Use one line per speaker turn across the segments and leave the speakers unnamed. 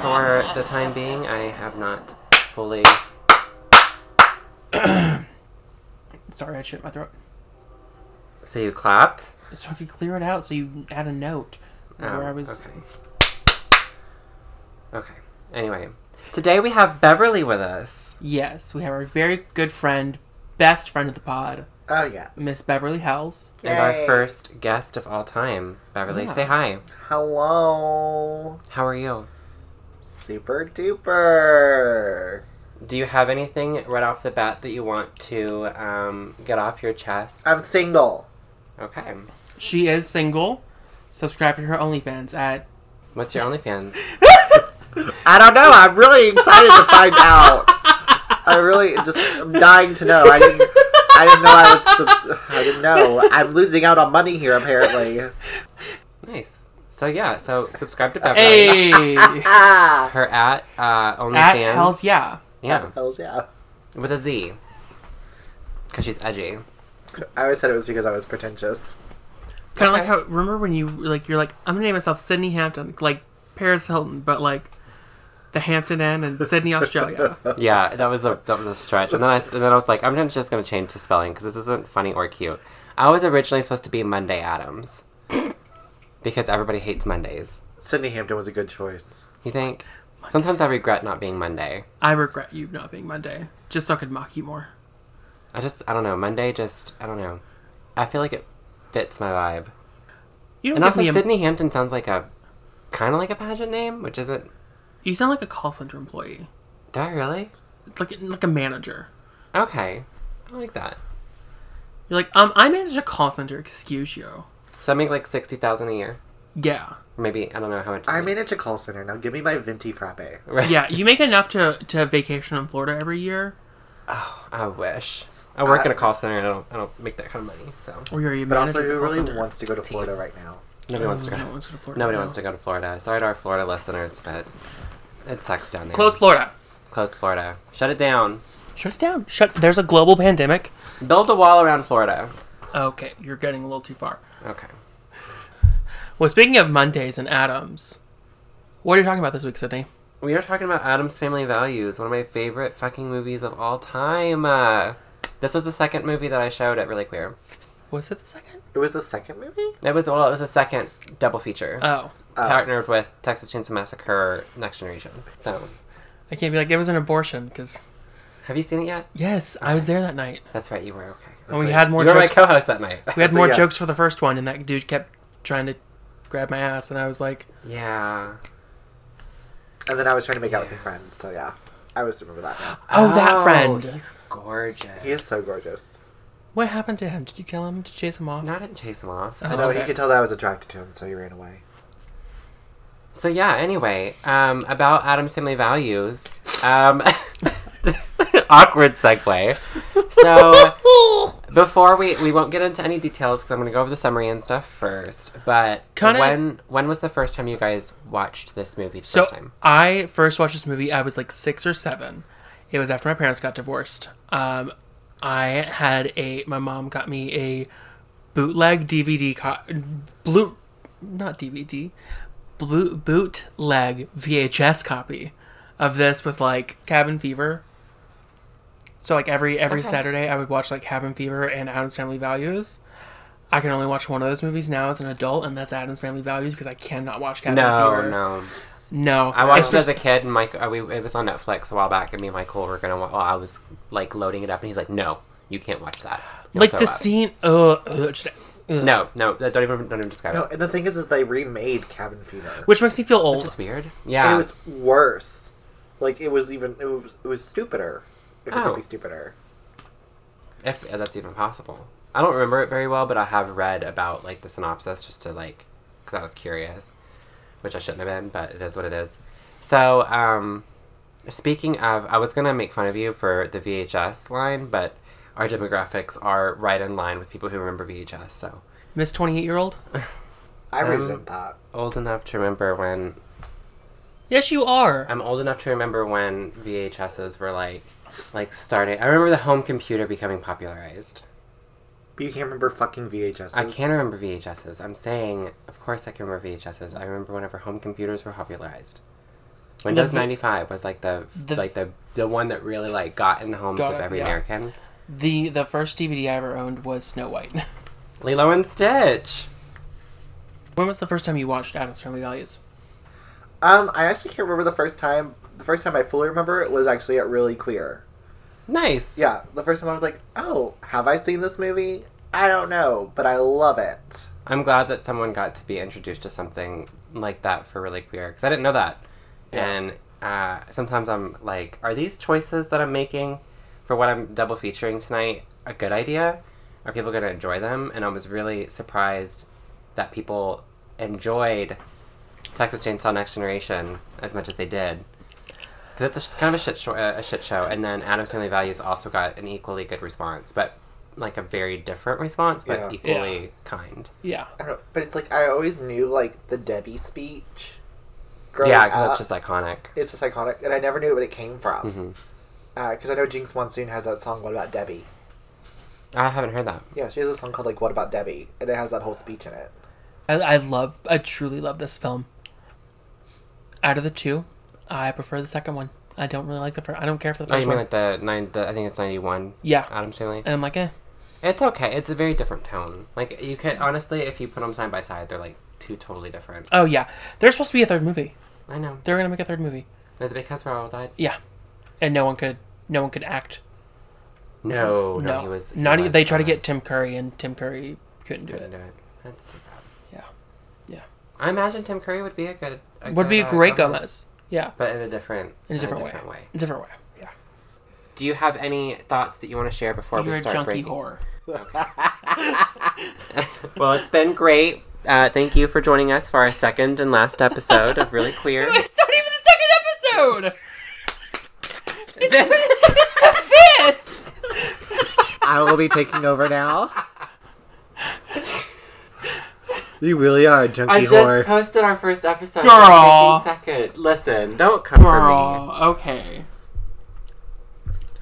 the time being, I have not fully.
Sorry, I shit my throat.
So you clapped.
So I could clear it out so you add a note
Oh,
where I was.
Okay. Okay. Anyway, today we have Beverly with us.
Yes, we have our very good friend, best friend of the pod,
Oh yeah.
Miss Beverly Hells.
And our
Yay.
first guest of all time. Beverly,
Yeah.
say hi.
Hello.
How are you?
Super duper.
Do you have anything right off the bat that you want to um, get off your chest?
I'm single.
Okay.
She is single. Subscribe to her OnlyFans at.
What's your OnlyFans?
I don't know. I'm really excited to find out. I really just I'm dying to know. Oh, I didn't. I didn't know I was. Subs- I didn't know. I'm losing out on money here apparently.
nice. So yeah, so subscribe to Beverly.
Uh, Hey! at
Ah.
Her at uh, OnlyFans.
Hells, yeah.
Yeah,
Hells yeah.
with a Z. Because she's edgy.
I always said it was because I was pretentious.
Kind of
Okay.
like how. Remember when you, like, you're like, I'm gonna name myself Sydney Hampton, like Paris Hilton, but like the Hampton Inn and Sydney,
Oh,
Australia.
Yeah, that was a that was a stretch. And then I s- and then I was like, I'm gonna- just gonna change the spelling because this isn't funny or cute. I was originally supposed to be Monday Adams because everybody hates Mondays.
Sydney Hampton was a good choice.
You think? Sometimes I regret not being Monday.
I regret you not being Monday, just so I could mock you more.
I just I don't know. Monday just I don't know. I feel like it fits my vibe.
You don't
And
give
also
me a.
Sydney Hampton sounds like a kind of like a pageant name, which isn't.
You sound like a call center employee,
Do I really?
It's like like a manager.
Okay, I like that.
You're like, um, I manage a call center. Excuse you.
So I make like sixty thousand a year.
Yeah,
Maybe I don't know how much.
I manage a call center now. Give me my venti frappe.
Right.
yeah. You make enough to to vacation in Florida every year,
I wish. I work
I-
in a call center and I don't, I don't make that kind of money, so
or you're a
But
manager.
also, who
call
really
center.
wants to go to Florida right now?
nobody wants to go.
No one wants to go to Florida.
nobody
no.
wants to go to Florida. Sorry to our Florida listeners, but it sucks down there.
Close Florida.
Close Florida. Shut it down.
Shut it down. Shut. There's a global pandemic.
Build a wall around Florida.
Okay, you're getting a little too far.
Okay.
Well, speaking of Mondays and Adams, what are you talking about this week, Sydney?
We are talking about Adam's Family Values, one of my favorite fucking movies of all time. Uh, this was the second movie that I showed at Really Queer.
Was it the second?
It was the second movie.
It was well, it was the second double feature,
Oh,
partnered with Texas Chainsaw Massacre: Next Generation. So,
I can't be like it was an abortion because
have you seen it yet?
yes, I was there that night.
That's right, you were okay.
And we had more
you were my
jokes.
co-host that night.
we had
So,
more
yeah.
jokes for the first one, and that dude kept trying to grab my ass, and I was like,
yeah.
And then I was trying to make out with a friend. So yeah, I always remember that. Now.
"Oh, that friend."
He's gorgeous.
He is so gorgeous.
What happened to him? Did you kill him? Did you chase him off?
No, I didn't chase him off.
Oh.
I
No,
just-
he could tell that I was attracted to him, so he ran away.
So yeah. Anyway, um, about Adam's family values. Um, awkward segue. So before we we won't get into any details because I'm gonna go over the summary and stuff first. But
Kinda-
when when was the first time you guys watched this movie? The
so
first time.
I first watched this movie. I was like six or seven. It was after my parents got divorced. Um, I had a my mom got me a bootleg DVD co- blue, not DVD, blue bootleg VHS copy of this with like Cabin Fever. So like every every Saturday I would watch like Cabin Fever and Adam's Family Values. I can only watch one of those movies now as an adult, and that's Adam's Family Values because I cannot watch Cabin
No,
Fever.
no.
No,
I watched
especially-
it as a kid, and Mike. Uh, we, it was on Netflix a while back, and me and Michael were gonna. wa- Well, I was like loading it up, and he's like, "No, you can't watch that." You'll
like
throw
the
up."
scene. Ugh, ugh, just- ugh.
No, no, don't even don't even describe
No,
it.
and the thing is that they remade Cabin Fever.
which makes me feel old.
It's weird.
and
Yeah,
it was worse. Like it was even it was it was stupider. If it
Oh.
could be stupider.
if that's even possible. I don't remember it very well, but I have read about like the synopsis just to like, because I was curious, which I shouldn't have been, but it is what it is. So, um, speaking of, I was gonna make fun of you for the VHS line, but our demographics are right in line with people who remember VHS, so.
Miss twenty eight year old.
I
Um,
resent that.
old enough to remember when
Yes, you are.
I'm old enough to remember when VHSs were like like starting. I remember the home computer becoming popularized.
But you can't remember fucking VHS.
I can remember VHSs. I'm saying, of course I can remember VHSs. I remember whenever home computers were popularized. Windows
The-
95 was like the,
The-
like the the one that really like got in the homes
Got
of
it,
every
yeah.
American.
The the first DVD I ever owned was Snow White.
Lilo and Stitch.
when was the first time you watched Adam's Family Values?
Um, I actually can't remember the first time. The first time I fully remember it was actually at Really Queer.
Nice.
Yeah, the first time I was like, oh, have I seen this movie? I don't know, but I love it.
I'm glad that someone got to be introduced to something like that for really queer because I didn't know that.
Yeah.
And uh, sometimes I'm like, are these choices that I'm making for what I'm double featuring tonight a good idea? Are people going to enjoy them? And I was really surprised that people enjoyed Texas Chainsaw Next Generation as much as they did. Because it's a, sh- kind of a shit, show a shit show. And then Adam's Family Values also got an equally good response, but like a very different response, but
Yeah.
equally kind.
Yeah.
I don't, but it's like I always knew like the Debbie speech. Growing
yeah, because it's
up.
just
uh,
iconic.
it's just iconic, and I never knew what it came from.
Mhm.
Because I know Jinx Monsoon has that song. What about Debbie?
I haven't heard that.
Yeah, she has a song called like What About Debbie, and it has that whole speech in it.
I, I love, I truly love this film. Out of the two, I prefer the second one. I don't really like the first. I don't care for the
Oh,
first
you mean
one.
like the nine? The, I think it's ninety-one.
yeah,
Adam's Family.
and I'm like, eh.
It's okay. It's a very different tone. Like you could honestly, if you put them side by side, they're like two totally different.
Oh yeah, there's supposed to be a third movie.
I know.
They were gonna make a third movie.
Is it because we're all died?
Yeah, and no one could, no one could act.
No, Oh, no,
no,
he was. he
not. e
was
they tried to get
traumatized.
Tim Curry, and Tim Curry couldn't do
Couldn't
it.
do it. That's too bad.
Yeah. Yeah.
I imagine Tim Curry would be a good. A
Would
good,
be a
uh,
great Gomez. Yeah,
but in a different,
in a different, way.
way.
Different way. Yeah.
Do you have any thoughts that you want to share before
You're
we
a
start
junkie
breaking?
whore.
well, it's been great. Uh, thank you for joining us for our second and last episode of Really Queer.
It's not even the second episode.
This-
it's the fifth.
I will be taking over now. You really are a junkie
I just
whore.
posted our first episode.
Girl.
It's taking Second, listen, don't come for me.
okay.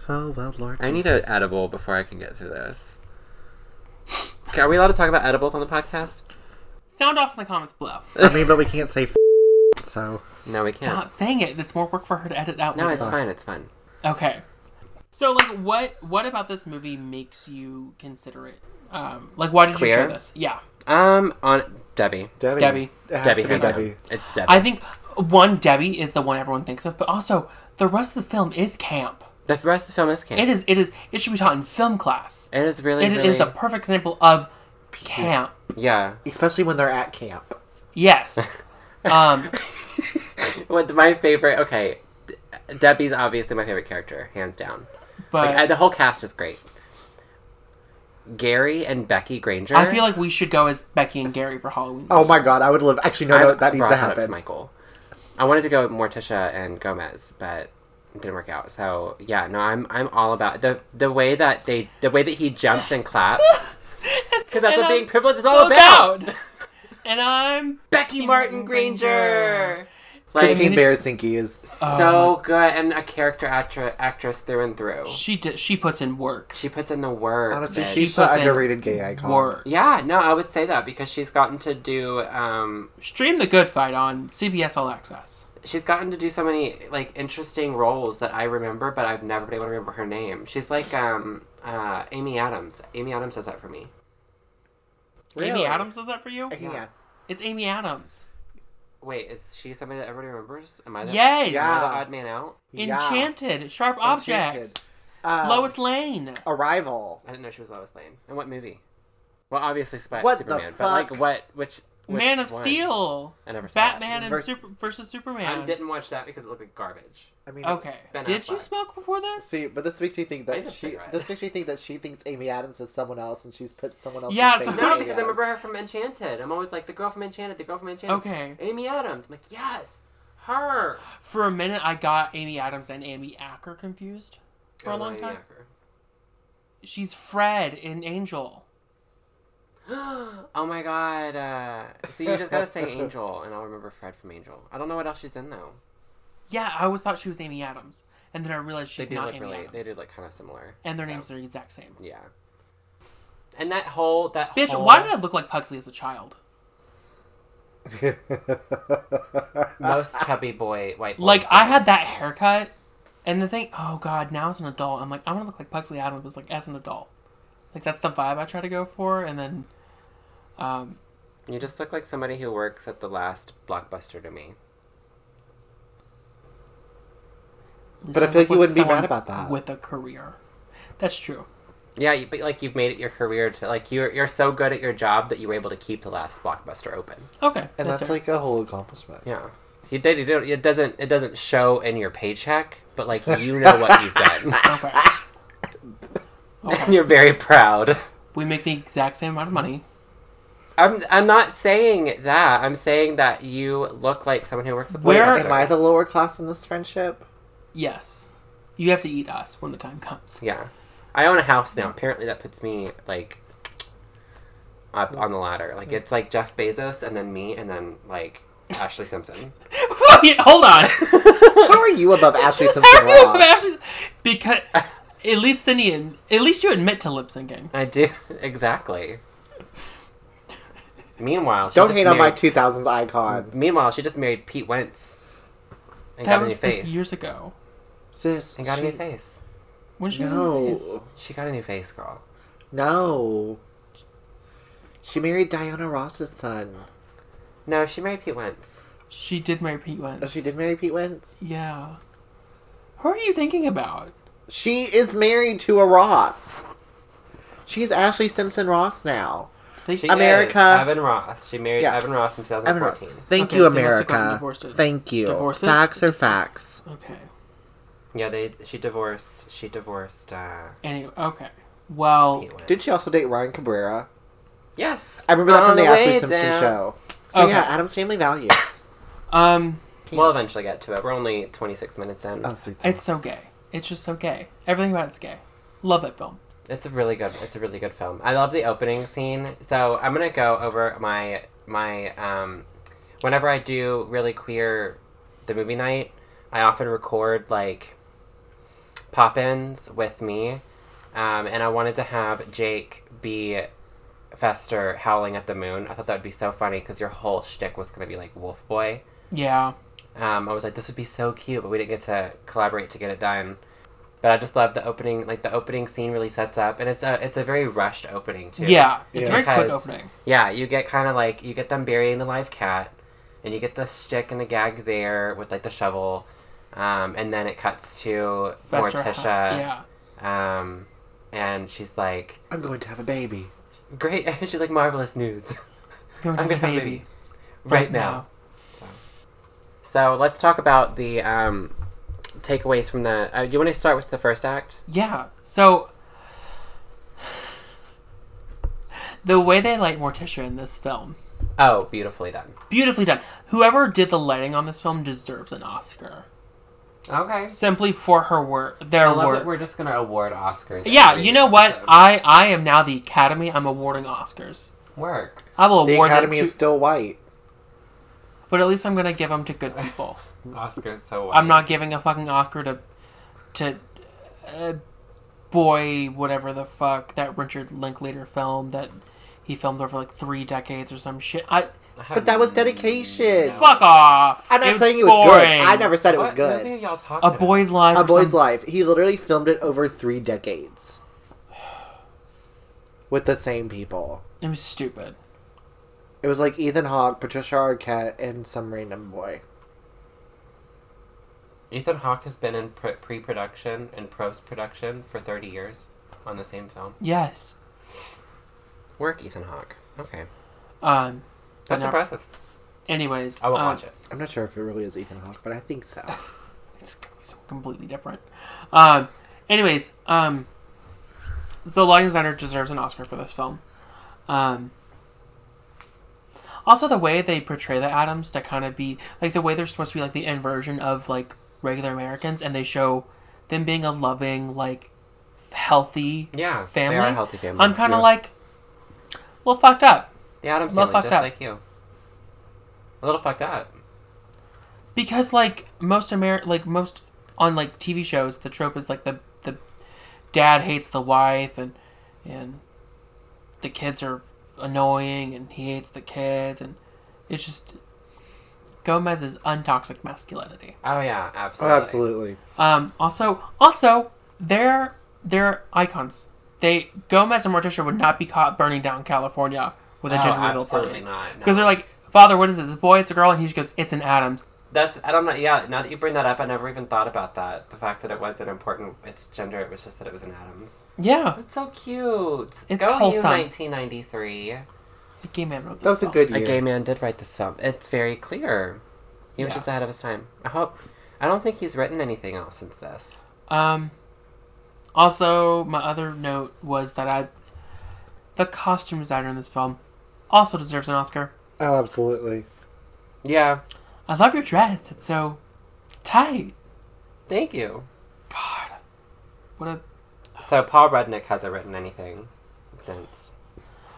Oh well, Lord.
I need
Jesus.
an edible before I can get through this. Okay, are we allowed to talk about edibles on the podcast?
Sound off in the comments below.
I mean, but we can't say. F- so
No, we can't.
Stop saying it. That's more work for her to edit out.
No, it's
Fuck.
fine. It's fine.
Okay. So, like, what what about this movie makes you consider it? Um, like, why did you
Queer?
share this? Yeah,
Um, on Debbie.
Debbie,
Debbie.
it has
Debbie.
to be
hands down.
Debbie.
It's Debbie.
I think one Debbie is the one everyone thinks of, but also the rest of the film is camp.
the rest of the film is camp.
It is. It is. It should be taught in film class.
It is really.
It is
really,
a perfect example of camp.
yeah.
Especially when they're at camp.
Yes. Um,
What my favorite? Okay, D- Debbie's obviously my favorite character, hands down. Like, I-
but
the whole cast is great. Gary and Becky Granger.
I feel like we should go as Becky and Gary for Halloween.
Oh my god, I would live. Actually, no, no,
I've
that needs
brought
to
up
happen.
Michael. I wanted to go with Morticia and Gomez, but it didn't work out. So yeah, no, I'm I'm all about the the way that they the way that he jumps and claps because that's
And
what
I'm
being privileged is all
Look
about.
out! And I'm
Becky Martin Granger. Like
Christine Baranski is.
Oh
so good and a character actri- actress through and through.
She did, she puts in work.
She puts in the work.
Honestly,
bitch.
she's
puts
the
in
underrated gay icon.
Work.
yeah, no, I would say that because she's gotten to do um,
Stream the Good Fight on CBS All Access.
she's gotten to do so many like interesting roles that I remember, but I've never been able to remember her name. She's like um uh Amy Adams. Amy Adams does that for me.
Really?
Amy Adams does that for you?
Yeah.
It's Amy Adams.
Wait, is she somebody that everybody remembers? Am I the,
Yes.
am I the
Yeah.
odd man out?
Yeah.
Enchanted. Sharp Objects.
Um,
Ah.
Lois Lane.
Arrival.
I didn't know she was Lois Lane. In what movie? Well, obviously Sp-
What the
Superman, but like
fuck?
what? Which, which
Man of
one?
Steel.
I never saw that.
Batman and
Vers-
Super versus Superman.
I didn't watch that because it looked like garbage.
I mean,
okay.
Ben
Did you
Affleck.
smoke before this?
See, but this makes me think
I
that
just
she.
think right.
This makes me think that she thinks Amy Adams is someone else, and she's put someone else.
Yeah, so-
No, because I remember her from Enchanted. I'm always like the girl from Enchanted, the girl from Enchanted.
Okay.
Amy Adams. I'm like, yes, her.
For a minute, I got Amy Adams and Amy Acker confused for a long time. She's Fred in Angel.
oh my god. Uh, see, you just gotta say Angel, and I'll remember Fred from Angel. I don't know what else she's in though.
Yeah, I always thought she was Amy Adams, and then I realized
They
she's
do
not
look
Amy
really.
Adams.
They do look kind of similar.
and their
so,
names are the exact same.
Yeah. And that whole that
Bitch,
whole,
why did I look like Pugsley as a child?
Most chubby boy white boys
Like I
do.
had that haircut, and the thing, oh god, now as an adult, I'm like I want to look like Pugsley Adams, was like as an adult, like that's the vibe I try to go for, and then, um,
You just look like somebody who works at the last blockbuster to me.
but
I feel like you wouldn't be mad about that.
with a career. That's true.
Yeah, you, but like you've made it your career to like you're you're so good at your job that you were able to keep the last blockbuster open.
Okay,
and
that's,
that's,
fair.
like a whole accomplishment.
Yeah, you did. You did it doesn't it doesn't show in your paycheck, but like you know what you've done,
okay.
and you're very proud.
We make the exact same amount of money.
I'm I'm not saying that. I'm saying that you look like someone who works at
Where-
Blockbuster.
Am I the lower class in this friendship?
Yes, you have to eat us when the time comes.
Yeah, I own a house now. Apparently, that puts me like up on the ladder. Like it's like Jeff Bezos, and then me, and then like Ashley Simpson.
Wait, hold on.
How are you above Ashley Simpson
Everyone
Ross?
bashes- because at least Cindy, and at least you admit to lip syncing.
I do exactly. Meanwhile, she
Don't
just
hate on my
married-
2000s icon.
Meanwhile, she just married Pete Wentz. And
That
got
was
a new face.
like years ago.
Sis,
and got
she-
a new face.
When she
no,
She got a new face, girl.
no. She married Diana Ross's son.
No, she married Pete Wentz.
She did marry Pete Wentz.
Oh, she did marry Pete Wentz.
Yeah. Who are you thinking about?
She is married to a Ross. She's Ashley Simpson Ross now.
They,
She
America.
is Evan Ross. She married
Yeah.
Evan Ross in
Evan
2014.
Ross. Thank
Okay,
you,
they must have gotten
America.
divorced it.
Thank you.
Divorced it?
facts are
It's-
facts.
okay.
Yeah, they. She divorced. She divorced. uh...
Anyway, okay. Well,
Pete Wentz.
Did Oh, she also date Ryan Cabrera?
Yes.
I remember that
On
from the, Ashley
way
Simpson
down.
show. So
Okay.
yeah, Adam's Family Values. Oh,
um,
We'll eventually get to it. We're only 26 minutes in.
oh, sweet.
it's so gay. It's just so gay. Everything about it's gay. Love that film.
It's a really good. It's a really good film. I love the opening scene. So I'm gonna go over my my um, whenever I do really queer, the movie night. I often record like pop-ins with me, um, and I wanted to have Jake be Fester howling at the moon. I thought that would be so funny because your whole shtick was gonna be like Wolf Boy.
Yeah.
Um, I was like, this would be so cute, but we didn't get to collaborate to get it done. But I just love the opening, like the opening scene really sets up, and it's a it's a very rushed opening too.
Yeah. It's
Yeah.
a very quick
Because-
opening.
yeah. You get kind of like you get them burying the live cat, and you get the stick and the gag there with like the shovel, um, and then it cuts to
Fester
Morticia,
Hall- Yeah.
um, and she's like,
I'm going to have a baby.
great, she's like marvelous news
Going to
I'm
the
gonna have a
baby.
right, now. So let's talk about the um, takeaways from the. Uh, you want to start with the first act?
Yeah. So the way they light Morticia in this film,
Oh, beautifully done.
beautifully done. Whoever did the lighting on this film deserves an Oscar.
Okay.
Simply for her work, their
I love
work.
that we're just gonna award Oscars.
Yeah,
every
you know what?
episode.
I I am now the Academy. I'm awarding Oscars.
Work.
I will
The
award them
Academy
to,
is still white.
but at least I'm gonna give them to good people.
Oscars so well.
I'm not giving a fucking Oscar to to uh, boy whatever the fuck that Richard Linklater film that he filmed over like three decades or some shit. I
But that was dedication.
fuck off.
I'm not
was
saying it was
boring.
good. I never said it was
What
good.
movie are y'all talking
A boy's life.
A
or
Boy's
some-
Life. He literally filmed it over three decades with the same people.
It was stupid.
It was like Ethan Hawke, Patricia Arquette, and some random boy.
about? Ethan Hawke has been in pre- pre-production and post-production for 30 years on the same film.
Yes.
Work, Ethan Hawke. Okay,
Um. but
that's
no-
impressive.
Anyways,
I will
um,
watch it.
I'm not sure if it really is Ethan Hawke, but I think so. Oh,
it's gonna be something completely different. Um, anyways, um, the lighting designer deserves an Oscar for this film. Um, also, the way they portray the Adams to kind of be like the way they're supposed to be like the inversion of like regular Americans, and they show them being a loving, like healthy
Yeah,
family.
They are a healthy family.
I'm kind of
yeah.
like a little fucked up
the Adams
little
family,
fucked
just
up.
like you. A little fucked up.
because like most Amer like most on like TV shows, the trope is like the the dad hates the wife and and the kids are annoying and he hates the kids and It's just Gomez's untoxic masculinity.
Oh yeah, absolutely.
Oh, absolutely.
Um, also, also, they're they're icons. They Gomez and Morticia would not be caught burning down California with a
Oh,
gender reveal
absolutely
party
not.
because
no.
they're like, "Father, what is this? It's a boy? It's a girl?" And he just goes, "It's an Adams."
That's I don't know. Yeah, now that you bring that up, I never even thought about that. The fact that it wasn't important, its gender. It was just that it was an Adams.
Yeah,
It's so cute.
It's
Go
wholesome.
You, 1993.
a gay man wrote this.
That was a
film.
good
A gay
year.
man did write this film. It's very clear. He was
Yeah.
just ahead of his time. I hope. I don't think he's written anything else since this.
Um, also, my other note was that I, the costume designer in this film, also deserves an Oscar.
Oh, absolutely.
Yeah.
I love your dress. It's so tight.
Thank you.
God, what a
So Paul Rudnick hasn't written anything since.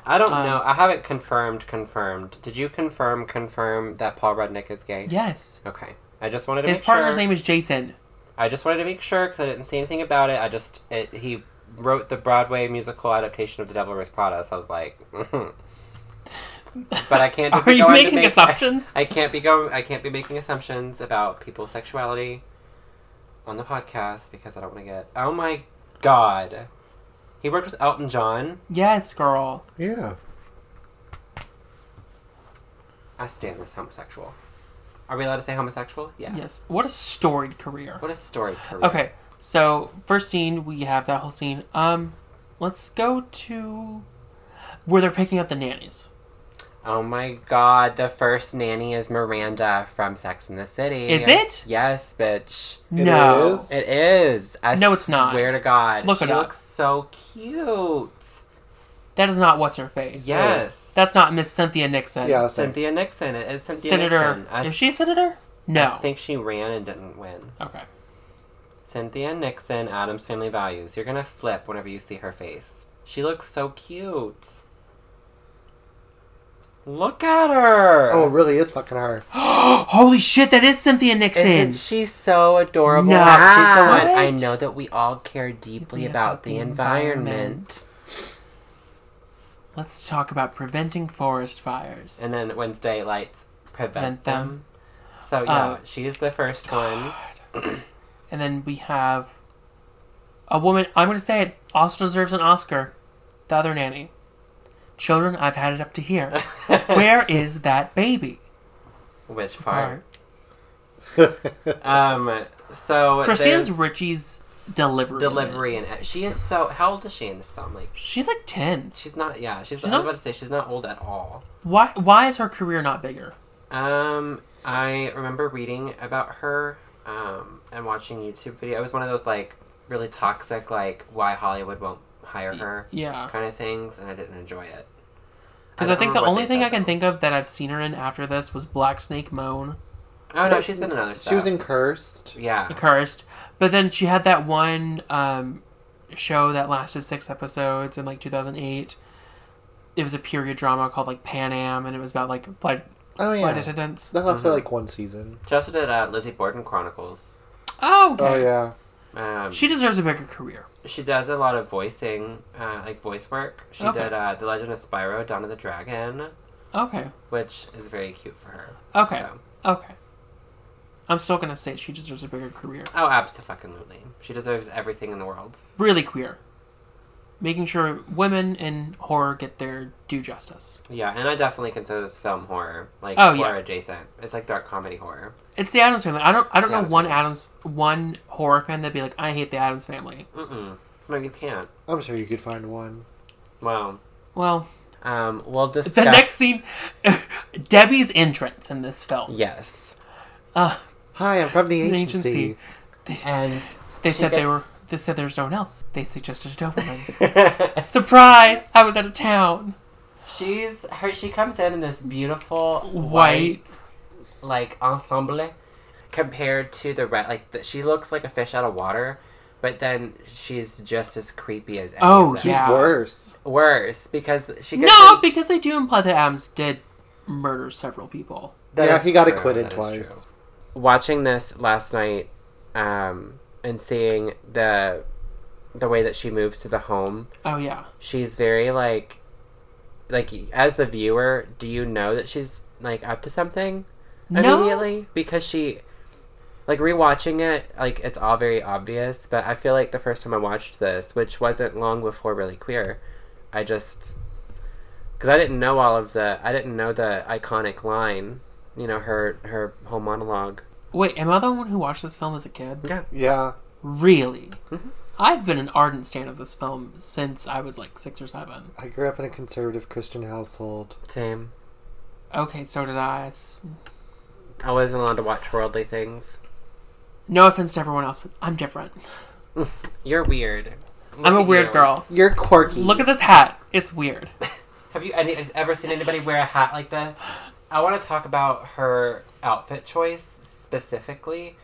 I don't
Um,
know. I haven't confirmed. Confirmed. Did you confirm? Confirm that Paul Rudnick is gay.
yes.
Okay. I just wanted to
His
make
partner's
sure.
name is Jason.
I just wanted to make sure because I didn't see anything about it. I just it, he wrote the Broadway musical adaptation of The Devil Wears Prada, so I was like, but I can't. just
Are
be
you
going to
making
make-
assumptions?
I, can't be going. I can't be making assumptions about people's sexuality on the podcast because I don't want to get. Oh my god, he worked with Elton John.
Yes, girl.
Yeah.
I stand this homosexual. Are we allowed to say homosexual? Yes.
Yes. What a storied career.
What a story. Career.
Okay, so first scene we have that whole scene. Um, let's go to where they're picking up the nannies.
Oh my god, the first nanny is Miranda from Sex and the City.
Is it?
Yes, bitch.
It
no.
is?
It is. I
No, it's not.
Swear to God.
Look
she
it up.
looks so cute.
That is not what's her face.
Yes.
That's not Miss Cynthia Nixon.
Yeah. same.
Cynthia Nixon. It is Cynthia
Senator.
Nixon. I
Is she a senator? No.
I think she ran and didn't win.
okay.
Cynthia Nixon, Adam's Family Values. You're gonna flip whenever you see her face. She looks so cute. Look at her.
Oh, it really? It's fucking hard.
Holy shit, that is Cynthia Nixon.
Isn't she so adorable?
No.
She's the one.
What?
I know that we all care deeply
Deeply
about,
about
the,
the
environment.
environment. Let's talk about preventing forest fires.
And then Wednesday lights prevent,
Prevent
them.
them.
So yeah,
Oh.
she is the first one.
And then we have a woman, I'm going to say it, also deserves an Oscar. The other nanny. Children, I've had it up to here. Where is that baby?
Which
Or
part?
Oh,
Um. So
Christina's
there's
Richie's delivery.
delivery and uh, she is so. How old is she in this film? Like
She's like 10.
she's not. Yeah, she's.
She's
I was
not-
about to say she's not old at all.
Why why is her career not bigger?
Um, I remember reading about her um, and watching YouTube video. It was one of those like really toxic, like why Hollywood won't hire her
Yeah.
kind of things, and I didn't enjoy it.
Because I, think the only thing I can think of that I've seen her in after this was Black Snake Moan,
Oh no, she's been in other stuff.
She was in Cursed.
Yeah,
Accursed. But then she had that one um, show that lasted six episodes in like 2008. It was a period drama called like Pan Am, and it was about like flight,
Oh, yeah.
flight attendants.
That
Mm-hmm.
lasted like one season.
she also did uh, Lizzie Borden Chronicles.
Oh, okay.
Oh, yeah.
Um,
She
she
deserves a bigger career.
she does a lot of voicing, uh, like voice work. She
Okay.
did uh, The Legend of Spyro: Dawn of the Dragon,
Okay.
which is very cute for her.
Okay.
So.
Okay. I'm still going to say she deserves a bigger career.
Oh, absolutely. She deserves everything in the world.
Really queer. Making sure women in horror get their due justice.
Yeah, and I definitely consider this film horror, like
Oh, yeah.
horror adjacent. It's like dark comedy horror.
It's the Adams family. I don't. I don't
The
know
Addams
one Adams one horror fan that'd be like, I hate the Adams family.
Mm-mm. No, you can't.
I'm sure you could find one.
Well,
Well,
um, we'll discuss.
the next scene, Debbie's entrance in this film.
Yes,
Uh,
Hi, I'm from the
The
agency.
agency.
and
they
She
said they
gets-
were. They said there was no one else. They suggested a Doberman. Surprise! I was out of town.
she's her. She comes in in this beautiful
White.
white, like ensemble, compared to the red. Like the, she looks like a fish out of water, but then she's just as creepy as. any of
Oh,
them.
She's
Yeah.
worse.
worse because she gets
No,
in-
because they do imply that Adams did murder several people.
That
yeah,
is
he got
true,
acquitted
that is
twice.
true. Watching this last night, um, and seeing the the way that she moves to the home,
Oh yeah.
she's very like like as the viewer, do you know that she's like up to something
No.
immediately because she like rewatching it like it's all very obvious but i feel like the first time i watched this which wasn't long before really queer i just because i didn't know all of the i didn't know the iconic line you know her her whole monologue
Wait, am I the one who watched this film as a kid?
yeah Mm-hmm.
Yeah.
Really? I've been an ardent stan of this film since I was like six or seven.
I grew up in a conservative Christian household.
same
Okay, so did I. It's-
i wasn't allowed to watch worldly things
No offense to everyone else, but I'm different.
you're weird
I'm
Look
a
at
weird
you.
girl.
You're quirky.
Look at this hat. It's weird.
Have you any, ever seen anybody wear a hat like this? I want to talk about her outfit choice specifically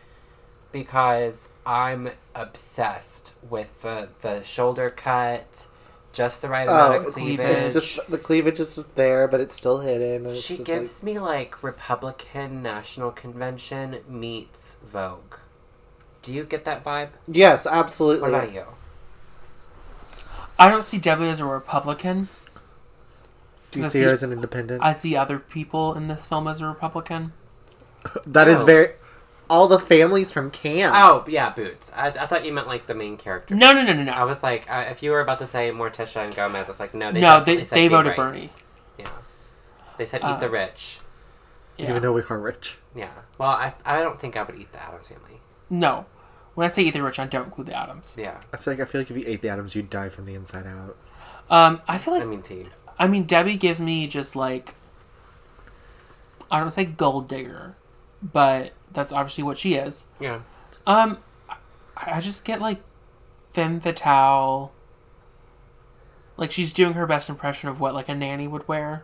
because I'm obsessed with the, the shoulder cut, just the right amount
Oh,
of
it's-
cleavage.
it's just the cleavage is just there, but it's still hidden. and it's
she
just
gives me like Republican National Convention meets Vogue. Do you get that vibe?
like- yes, absolutely.
What about you?
I don't see Debbie as a Republican.
Do you
Now,
see
see,
her as an independent?
I see other people in this film as a Republican.
that is
Oh.
very. All the families from camp.
Oh, yeah, boots. I, I thought you meant like the main character.
No, no, no, no,
I
no.
was like, uh, if you were about to say Morticia and Gomez, I was like, no, they
No,
definitely
they-
said
they
gay
voted
rights. Yeah, they said eat
Uh,
the rich.
Yeah.
Even though we are rich.
Yeah. Well, I, I don't think I would eat the Adams family.
No. When I say either rich, I don't include the Adams.
Yeah.
It's like I feel like if you ate the atoms, you'd die from the inside out.
Um, I feel
I
like
mean, tea.
I mean Debbie gives me just like I don't wanna say gold digger, but that's obviously what she is.
Yeah.
Um, I, I just get like femme fatale. Like she's doing her best impression of what like a nanny would wear.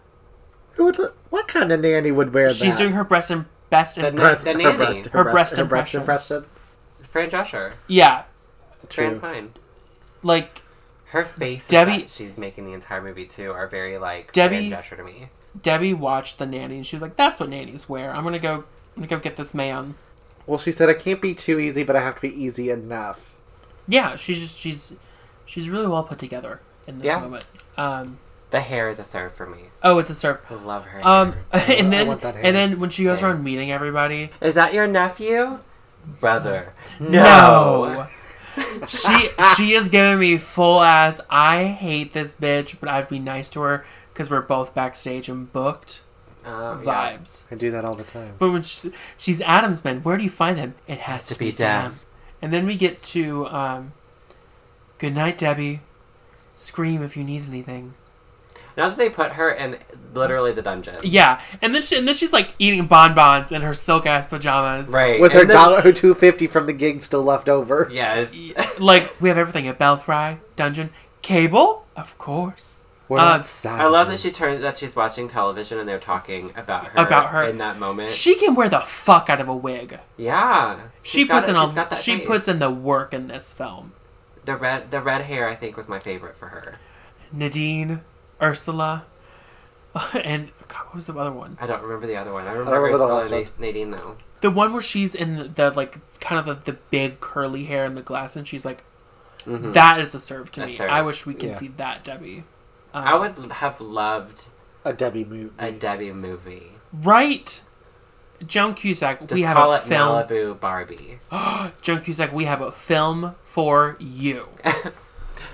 Who would? What kind of nanny would wear that?
She's doing her best im- best
The
impression.
na- the nanny.
Her breast
impression.
Fran Drescher.
yeah,
Fran
True.
Pine.
like
Her face.
Debbie-
Debbie. she's making the entire movie too are very like
Debbie-
Fran Drescher to me.
Debbie watched the nanny and she was like, "That's what nannies wear." I'm gonna go. I'm gonna go get this man.
Well, she said I can't be too easy, but I have to be easy enough.
Yeah, she's just she's she's really well put together in this
Yeah.
moment. Um,
The hair is a serve for me.
oh, it's a serve.
I love her.
Um,
hair.
and
I
then
want that hair.
and then when she goes
Same.
around meeting everybody,
is that your nephew? Brother.
No. she she is giving me full ass. I hate this bitch, but I'd be nice to her because we're both backstage and booked
Um, yeah.
vibes.
I do that all the time.
But when she, she's Adam's men, where do you find them? It has to, be, Deb.
Deb.
And then we get to um, good night, Debbie. Scream if you need anything.
Now that they put her in literally the dungeon.
Yeah, and then she, and then she's like eating bonbons in her silk ass pajamas.
Right.
With
and
her
then-
dollar, her two fifty from the gig still left over.
Yes.
Like we have everything: a belfry, dungeon, cable, of course.
We're
Uh,
not
I love that
savages.
she turns that she's watching television and they're talking about her
About her.
in that moment.
She can wear the fuck out of a wig.
yeah,
She
She's got
puts
it-
in
she's got
a
that
she
face.
puts in the work in this film.
the red the red hair. I think was my favorite for her.
Nadine, Ursula, and God, what was the other one?
I don't remember the other one. I remember,
remember the
Ursula
last
and Nadine though.
The one where she's in the, the like kind of the, the big curly hair and the glass, and she's like,
Mm-hmm. Hmm.
"That is a serve to
A
me.
serve.
I wish we could
Yeah.
see that, Debbie." Um,
I would have loved
a Debbie movie.
a Debbie movie.
Right, Joan Cusack.
Just
we have
call
a
it
film.
Malibu Barbie.
Joan Cusack. We have a film for you.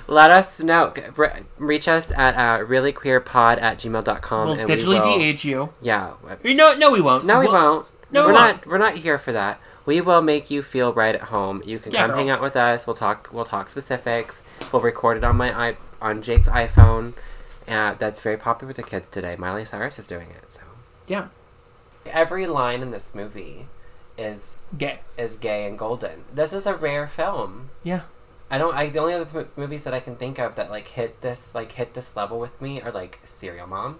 Let us know. Re- reach us at uh, reallyqueerpod at gmail.com.
We'll
and
digitally
we will,
de-age you.
Yeah.
You know, no, we won't.
No, we
We'll-
won't.
no,
No,
we
we're
won't.
not. We're not here for that. We will make you feel right at home. You can
Yeah,
come
girl.
hang out with us. We'll talk. We'll talk specifics. We'll record it on my i on Jake's iPhone. Uh, that's very popular with the kids today. Miley Cyrus is doing it. So
Yeah,
every line in this movie is
gay.
is gay and golden. This is a rare film.
Yeah.
I don't. I the only other th- movies that I can think of that like hit this like hit this level with me are like Serial Mom,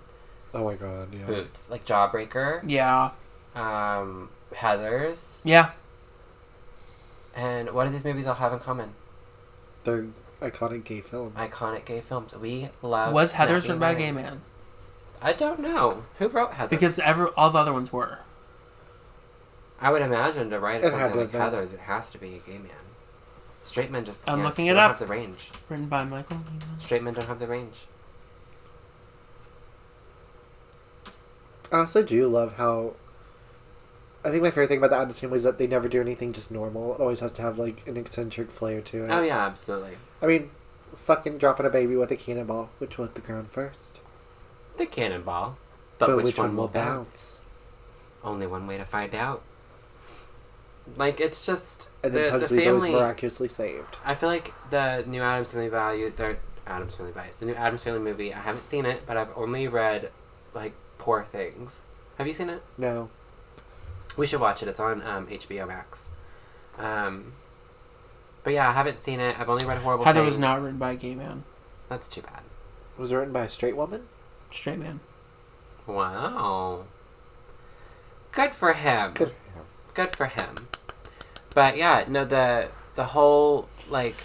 oh my god, yeah.
Boots, like Jawbreaker,
Yeah.
um, Heather's,
Yeah.
and what do these movies all have in common?
They're iconic gay films.
iconic gay films. We love.
was Heather's
snappy
written by a
writing.
gay man?
I don't know who wrote Heather.
Because every, all the other ones were.
I would imagine to write
It
something
had to have
like
been.
Heather's, it has to be a gay man. Straight men just.
I'm
can't.
looking
They
it
don't
up.
Have the range.
Written by Michael.
Straight men don't have the range.
I also do love how. I think my favorite thing about the Adams family is that they never do anything just normal. It always has to have like an eccentric flair to it.
Oh yeah, absolutely.
I mean, fucking dropping a baby with a cannonball, which will hit the ground first.
The cannonball. But, which, one, will bounce?
bounce?
Only one way to find out. Like it's just
And then
the, the
Pugsley's always
family.
miraculously saved.
I feel like the new Adams Family Value, the Adams Family Values, the new Adams Family movie. I haven't seen it, but I've only read like poor things. Have you seen it?
No.
We should watch it. It's on um, HBO Max. Um, but yeah, I haven't seen it. I've only read horrible.
Heather
things.
was not written by a gay man,
That's too bad.
It was written by a straight woman?
straight man.
Wow. Good for him.
Good.
Good for him. But yeah, no the the whole like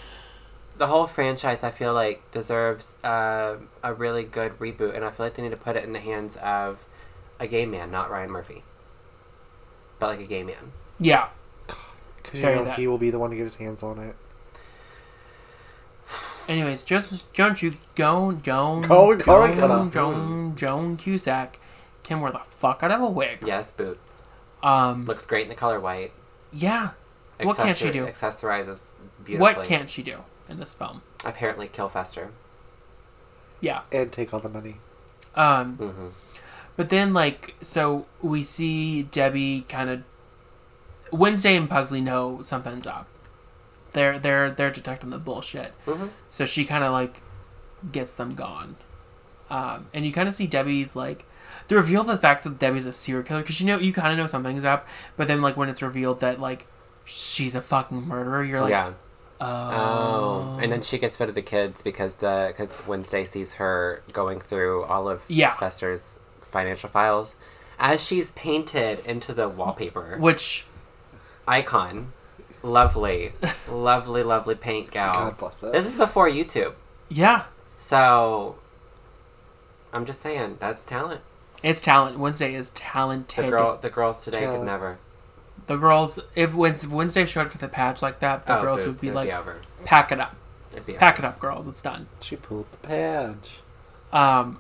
the whole franchise I feel like deserves uh, a really good reboot and I feel like they need to put it in the hands of a gay man, not Ryan Murphy. But like a gay man.
Yeah,
Because you
Sorry,
know
that-
he will be the one to get his hands on it.
Anyways, just don't you Joan Joan
Go- go-
Joan Joan Joan Cusack can wear the fuck out of a wig.
Yes, boots.
Um,
Looks great in the color white.
yeah. What can't she
Accessori-
do?
Accessorizes beautifully.
What can't she do in this film?
Apparently kill Fester.
Yeah.
And take all the money.
Um,
Mm-hmm.
but then like so we see Debbie kind of Wednesday and Pugsley know something's up. They're they're they're detecting the bullshit.
Mm-hmm.
So she kind of like gets them gone. Um, and you kind of see Debbie's like the reveal of the fact that Debbie's a serial killer because you know you kind of know something's up, but then like when it's revealed that like she's a fucking murderer, you're like,
yeah.
oh,
Oh, and then she gets rid of the kids because the because Wednesday sees her going through all of
Yeah.
Fester's financial files, as she's painted into the wallpaper
which
icon. Lovely, lovely, lovely paint gal.
God bless it.
Oh. This is before YouTube,
yeah,
so I'm just saying that's talent.
it's talent. Wednesday is
The
talented.
girl, the girls today
Talent.
could never.
The girls, if Wednes- if Wednesday showed up with a patch like that, the
oh,
girls
boobs,
would be
it'd
like,
be over.
pack it up,
It'd be over.
pack it up, girls, it's done.
She pulled the badge.
Um,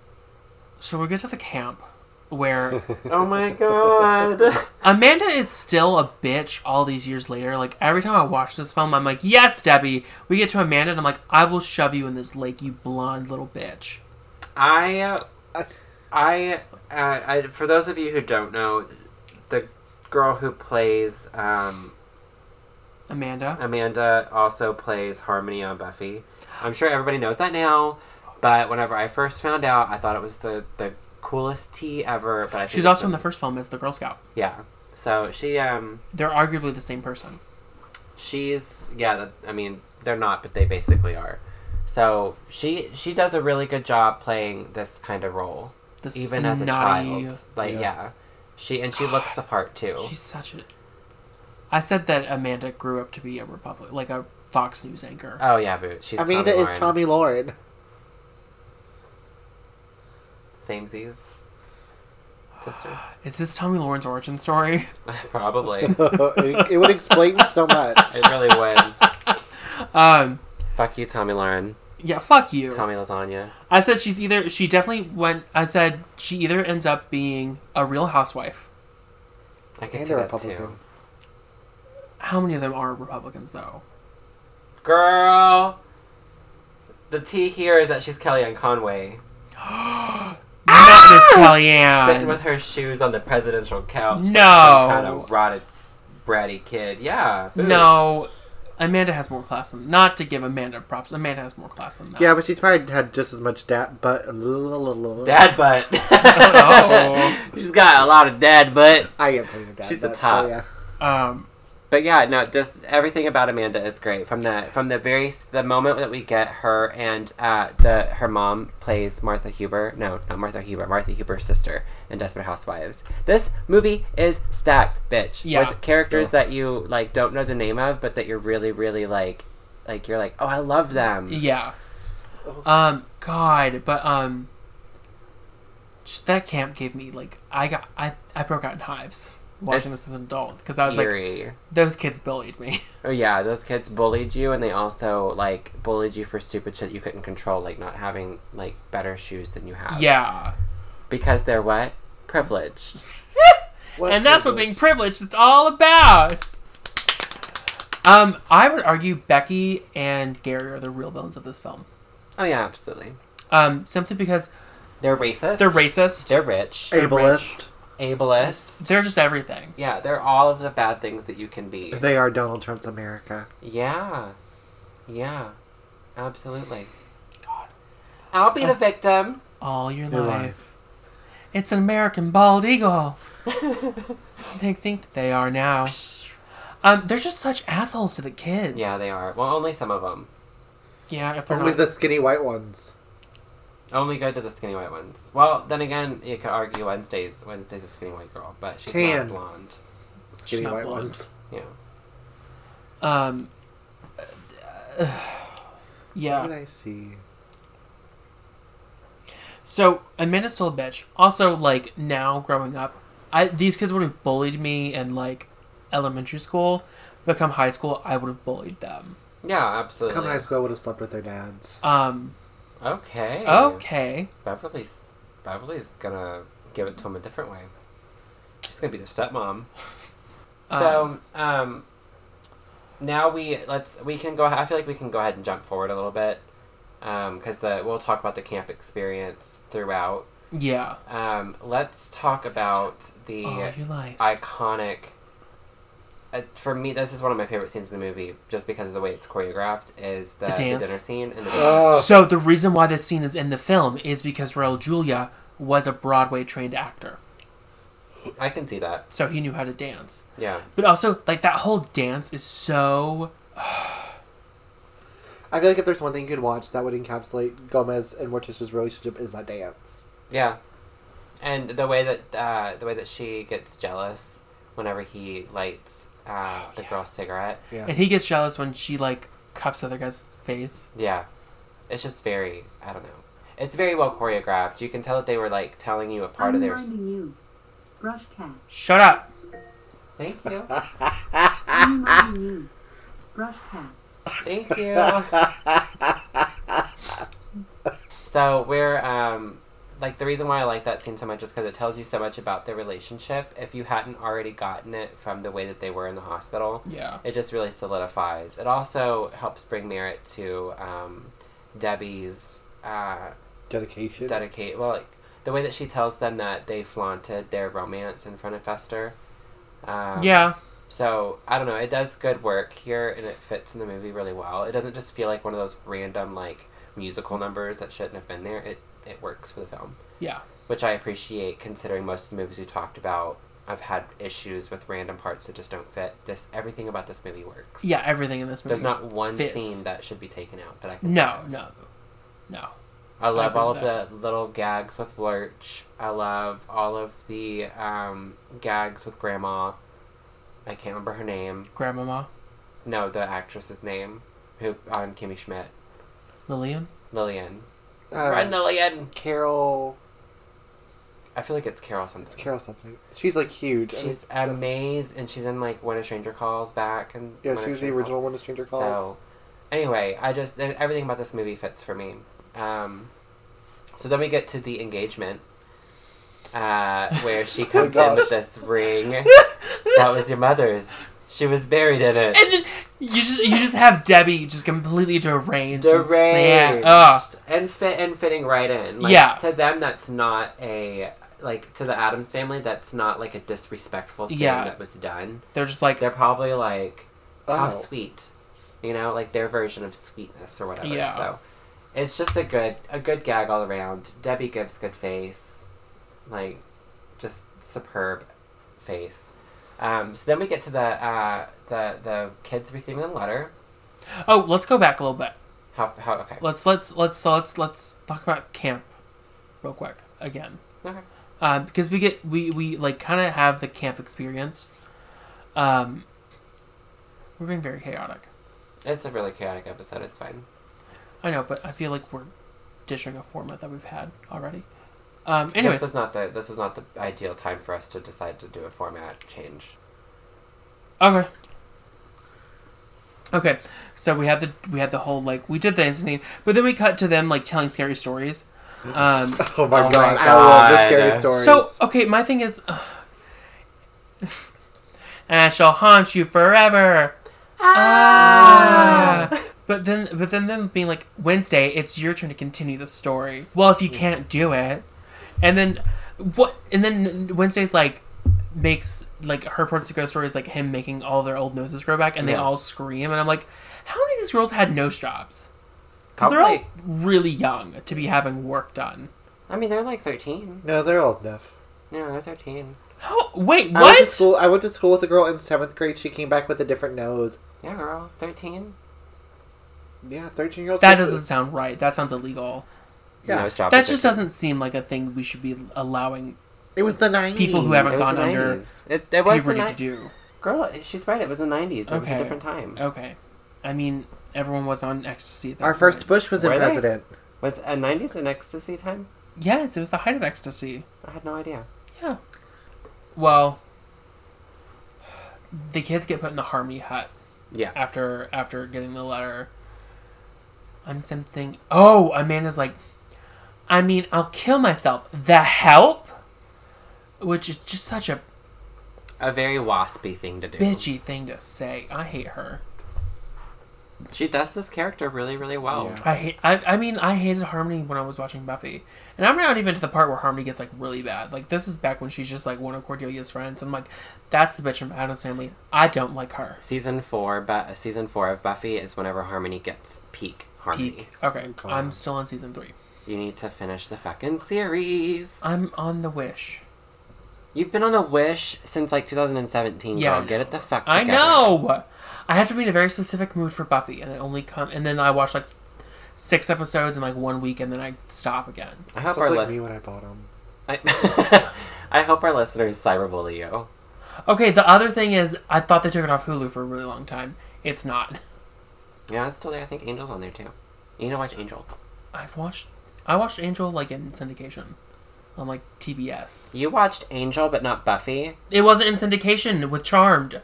so we get to the camp where
Oh my god.
Amanda is still a bitch all these years later. Like every time I watch this film, I'm like, yes, Debbie. We get to Amanda, and I'm like, I will shove you in this lake, you blonde little bitch.
I uh, I,
I-
uh, I for those of you who don't know, the girl who plays um,
Amanda.
Amanda also plays Harmony on Buffy. I'm sure everybody knows that now, but whenever I first found out, I thought it was the the coolest tea ever. But I think
She's
it's
also in
a-
the first film as the Girl Scout.
yeah. So she um
They're arguably the same person.
she's yeah that, i mean they're not but they basically are so she she does a really good job playing this kind of role
The
even as a
snotty-
child like
Yeah.
yeah, she and she looks the part too
She's such a. I said that Amanda grew up to be a Republic, like a Fox News anchor.
oh yeah but she's
Amanda
tommy
is Tommy Lauren.
samesies sisters
Is this Tommy Lauren's origin story?
probably it
it, it would explain so much.
really would
Um,
fuck you tommy lauren
yeah, fuck you.
tommy lasagna
I said she's either she definitely went. I said she either ends up being a Real Housewife.
i can
And
see
a
that
Republican.
too
How many of them are Republicans though?
girl the tea here is that she's kellyanne conway
Not Miss
sitting with
Kellyanne.
her shoes on the presidential couch. like
No.
some kind of rotted, bratty kid. Yeah. boobs.
No, Amanda has more class than. Not to give Amanda props. Amanda has more class than that.
Yeah, but she's probably had just as much dad but dad.
Dad butt.
Oh.
She's got a lot of dad butt.
I get plenty of dad.
She's a
but, so
top.
yeah.
Um.
But yeah, no, the, everything about Amanda is great. From the from the very s- the moment that we get her and uh, the her mom plays Martha Huber. No, not Martha Huber. Martha Huber's sister in Desperate Housewives. This movie is stacked, bitch.
Yeah.
With characters that you like don't know the name of, but that you're really really like, like you're like, oh, I love them.
Yeah. Um. God. But um. Just that camp gave me like I got I I broke out in hives watching
It's
this as an adult because I was like
Eerie.
those kids bullied me.
Oh yeah, those kids bullied you, and they also like bullied you for stupid shit you couldn't control, like not having like better shoes than you have.
yeah.
Because they're what? Privileged.
and that's what being privileged is all about. Um, I would argue Becky and Gary are the real villains of this film.
Oh yeah, absolutely.
Um, simply because
They're racist.
they're racist. They're,
They're rich.
ableist.
Ableist.
just everything.
Yeah, they're all of the bad things that you can be.
They are Donald Trump's America.
Yeah. Yeah. Absolutely. I'll be the victim.
All your,
Your
life.
life.
It's an American bald eagle. Extinct they are now. Um, they're just such assholes to the kids.
Yeah, they are. Well, only some of them.
yeah. If they're
Only
not-
the skinny white ones.
Only good to the skinny white ones. Well, then again, you could argue Wednesday's Wednesday's a skinny white girl, but she's not
Tan.
blonde.
Skinny
not
white
blonde.
ones.
Yeah.
um. yeah.
What did I see?
So Amanda's still a bitch. Also, like now growing up, I these kids would have bullied me in like elementary school. But come high school, I would have bullied them.
Yeah, absolutely.
Come high school, I would have slept with their dads.
Um.
Okay.
Okay.
Beverly's Beverly's gonna give it to him a different way. She's gonna be their stepmom. so, um, now we let's we can go. I feel like we can go ahead and jump forward a little bit, um, because the we'll talk about the camp experience throughout.
Yeah.
Um, let's talk about the
All your life.
iconic. Uh, for me, this is one of my favorite scenes in the movie, just because of the way it's choreographed. Is the, the,
dance.
dinner scene and the dance.
Oh,
So the reason why this scene is in the film is because Raul Julia was a Broadway trained actor,
I can see that.
so he knew how to dance.
Yeah.
But also, like that whole dance is so
I feel like if there's one thing you could watch that would encapsulate Gomez and Morticia's relationship is that dance.
Yeah, and the way that uh, the way that she gets jealous whenever he lights uh, the girl's cigarette.
Yeah.
And he gets jealous when she like cups the other guy's face.
Yeah, it's just very I don't know. It's very well choreographed. You can tell that they were like telling you a part
I'm
of their.
reminding you. Brush cat.
Shut up.
Thank you,
I'm reminding you. Brush cats.
thank you. so we're um, like the reason why I like that scene so much is because it tells you so much about their relationship. If you hadn't already gotten it from the way that they were in the hospital,
Yeah.
it just really solidifies. It also helps bring merit to um, Debbie's uh,
Dedication.
dedicate. Well, like, the way that she tells them that they flaunted their romance in front of Fester. Um,
Yeah.
So I don't know. It does good work here, and it fits in the movie really well. It doesn't just feel like one of those random like musical numbers that shouldn't have been there. It it works for the film,
Yeah.
which I appreciate considering most of the movies we talked about. I've had issues with random parts that just don't fit. This everything about this movie works.
Yeah, everything in this movie.
There's not one
Mm-hmm. fits.
scene that should be taken out that I can.
No,
think of.
no. No.
I love
agree
all of
with
the little gags with Lurch. I love all of the um, gags with Grandma. I can't remember her name.
Grandmama.
No, the actress's name, who on Kimmy Schmidt,
Lillian.
Lillian.
Um,
Run, Lillian.
Carol.
I feel like it's Carol something.
It's Carol something. She's like huge. and
She's
it's-
amazing, and she's in like When a Stranger Calls back, and
Yeah,
When a
she was the
Stranger Calls
original one of Stranger Calls.
So, anyway, I just there- everything about this movie fits for me. Um, so then we get to the engagement, uh, where she comes in
gosh.
with this ring. that was your mother's. She was buried in it.
And then you just you just have Debbie just completely deranged. and sad.
Deranged
Ugh.
and fit and fitting right in. Like,
Yeah.
To them, that's not a like to the Adams family. That's not like a disrespectful thing
Yeah.
that was done.
They're just like
They're probably like, how
Oh.
sweet you know like their version of sweetness or whatever
Yeah.
so it's just a good a good gag all around debbie gives good face like just superb face um, so then we get to the uh, the the kids receiving the letter
Oh, let's go back a little bit.
how, how okay
Let's let's let's let's let's talk about camp real quick again.
okay
uh, because we get we we like kind of have the camp experience. Um, we're being very chaotic.
it's a really chaotic episode it's fine
I know, but I feel like we're dishing a format that we've had already. Um, anyways,
this was not the this was not the ideal time for us to decide to do a format change
okay, okay. So we had the we had the whole like we did the dancing scene, but then we cut to them like telling scary stories. Um,
Oh my
Oh my
god, I love the
God.
scary stories.
so okay, my thing is, and I shall haunt you forever. Ah. But then, but then them being like Wednesday, it's your turn to continue the story. Well, if you can't do it, and then what? And then Wednesday's like makes like her parts of ghost stories like him making all their old noses grow back, and they
Yeah.
all scream. And I'm like, how many of these girls had nose jobs? Because they're all
Probably.
really young to be having work done.
I mean, they're like 13.
no, they're old enough.
No, they're 13.
How? Wait,
I went to
what?
school. I went to school with a girl in seventh grade. She came back with a different nose.
Yeah, girl, 13.
Yeah, thirteen year olds.
That doesn't sound right. That sounds illegal.
Yeah.
Nose job
That
is
just
13.
doesn't seem like a thing we should be allowing
It was the nineties.
People who haven't
It was
gone
the
under
90s. It, it was the
puberty
ni-
to do.
Girl, she's right. It was the 90s. It was
Okay.
a different time.
Okay. I mean, everyone was on ecstasy. at that
Our
point.
first Bush was in
Were they?
president.
Was a 90s an ecstasy time?
Yes, it was the height of ecstasy.
I had no idea.
Yeah. Well, the kids get put in the Harmony Hut
Yeah.
after after getting the letter. I'm something. Oh, Amanda's like, I mean, I'll kill myself. The help, which is just such a
A very waspy thing to do.
bitchy thing to say. I hate her.
She does this character really, really well.
Yeah.
I hate. I, I mean, I hated Harmony when I was watching Buffy, and I'm not even to the part where Harmony gets like really bad. Like this is back when she's just like one of Cordelia's friends. I'm like, that's the bitch from Adam's family. I don't like her.
Season four, but season four of Buffy is whenever Harmony gets peak Harmony.
Peak. Okay,
Okay.
I'm still on season three.
You need to finish the fucking series.
I'm on the Wish.
You've been on a wish since like 2017.
Yeah,
Yeah,
I
girl. get it the fuck.
I
together.
know. I have to be in a very specific mood for Buffy, and I only come and then I watch like six episodes in like one week, and then I stop again.
I hope our
Sounds like
lis-
me when I bought them.
I-, I hope our listeners cyberbully you.
Okay, the other thing is, I thought they took it off Hulu for a really long time. It's not.
Yeah, it's still there. I think Angel's on there too. You need to watch Angel.
I've watched I watched Angel like in syndication on like TBS.
You watched Angel, but not Buffy.
It wasn't in syndication with Charmed.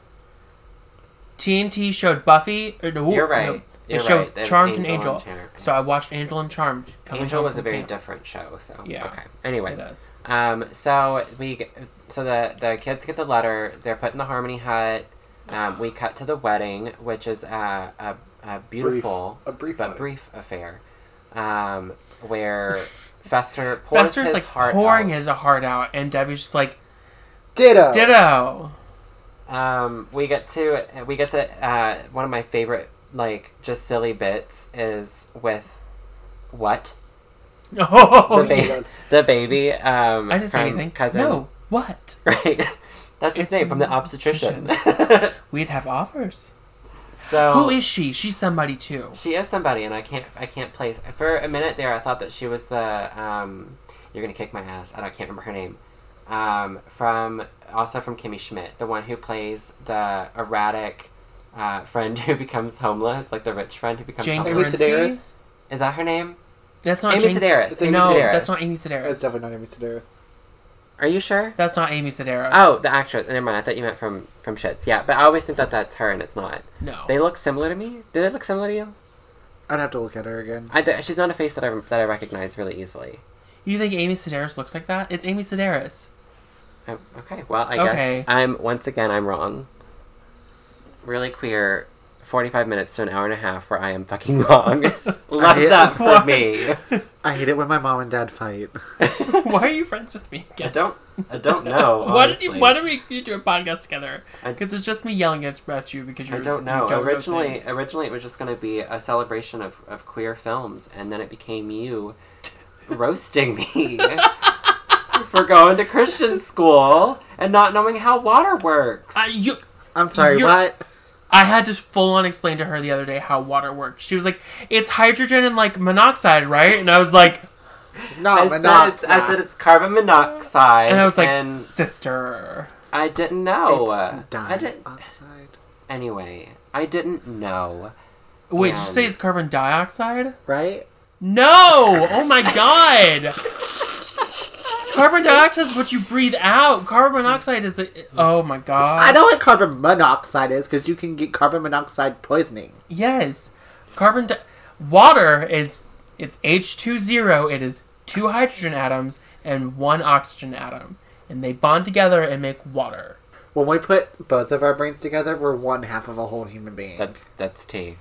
TNT showed Buffy. Or, no,
You're right.
no, they
You're
showed
right. There's
Charmed and
Angel
Angel.
and Charmed.
so I watched Angel and Charmed. coming
Angel
home
was a
from
very
camp.
different show. So
Yeah.
Okay. Anyway,
It is.
Um, so we, g- so the the kids get the letter. They're put in the Harmony Hut. Um, we cut to the wedding, which is a a, a beautiful
a brief
but
wedding.
brief affair, um, where Fester pours
Fester's
his
like
heart
pouring
out. Oh.
his heart out, and Debbie's just like
Ditto.
ditto.
Um, we get to we get to uh, one of my favorite like just silly bits is with what
Oh,
the, ba-
God.
the baby. Um,
I didn't say
from
anything.
Cousin,
No, what?
right? That's his
It's
name from the
an
obstetrician.
We'd have offers.
so
Who is she? She's somebody too.
She is somebody, and I can't I can't place. For a minute there, I thought that she was the um, you're gonna kick my ass, and I can't remember her name. Um, from also from Kimmy Schmidt, the one who plays the erratic uh, friend who becomes homeless, like the rich friend who becomes
Jane
Amy
homeless.
Curran-
Sedaris.
Is that her name?
That's not
Amy
Jane-
Sedaris. Amy
no,
Sedaris.
that's not Amy Sedaris.
It's definitely not Amy Sedaris.
Are you sure?
That's not Amy Sedaris.
Oh, the actress. Never mind. I thought you meant from from Shits. Yeah, but I always think that that's her, and it's not.
no.
They look similar to me. Do they look similar to you?
I'd have to look at her again.
I, th- she's not a face that I that I recognize really easily.
you think Amy Sedaris looks like that? It's Amy Sedaris.
Oh, okay. Well, I
Okay.
guess I'm once again I'm wrong. Really queer. Forty-five minutes to an hour and a half where I am fucking wrong. Love
I-
that for
What?
me.
I hate it when my mom and dad fight.
Why are you friends with me
I
again?
don't. I don't know.
Why did you?
honestly.
Why do we you do a podcast together?
I-
Because it's just me yelling at at you because you
I don't know.
You don't
originally,
things.
originally it was just going to be a celebration of, of queer films, and then it became you roasting me for going to Christian school and not knowing how water works.
I, you,
I'm sorry,
You're-
what?
I had to full on explain to her the other day how water works. She was like, "It's hydrogen and like monoxide, right?" And I was like,
No,
I
I'm
said,
not.
it's, I said it's carbon monoxide,
and I was like,
and
"Sister."
I didn't know. Oh, uh, I didn't.
outside.
Anyway, I didn't know.
Wait, did you say
And-
it's carbon dioxide?
Right?
No! Oh my god! carbon dioxide is what you breathe out. Carbon monoxide is. A, oh my
Uh,
god.
I know what carbon monoxide is because you can get carbon monoxide poisoning.
Yes. Carbon di- water is it's H20, it is two hydrogen atoms and one oxygen atom, and they bond together and make water.
When we put both of our brains together, we're one half of a whole human being.
That's that's tea.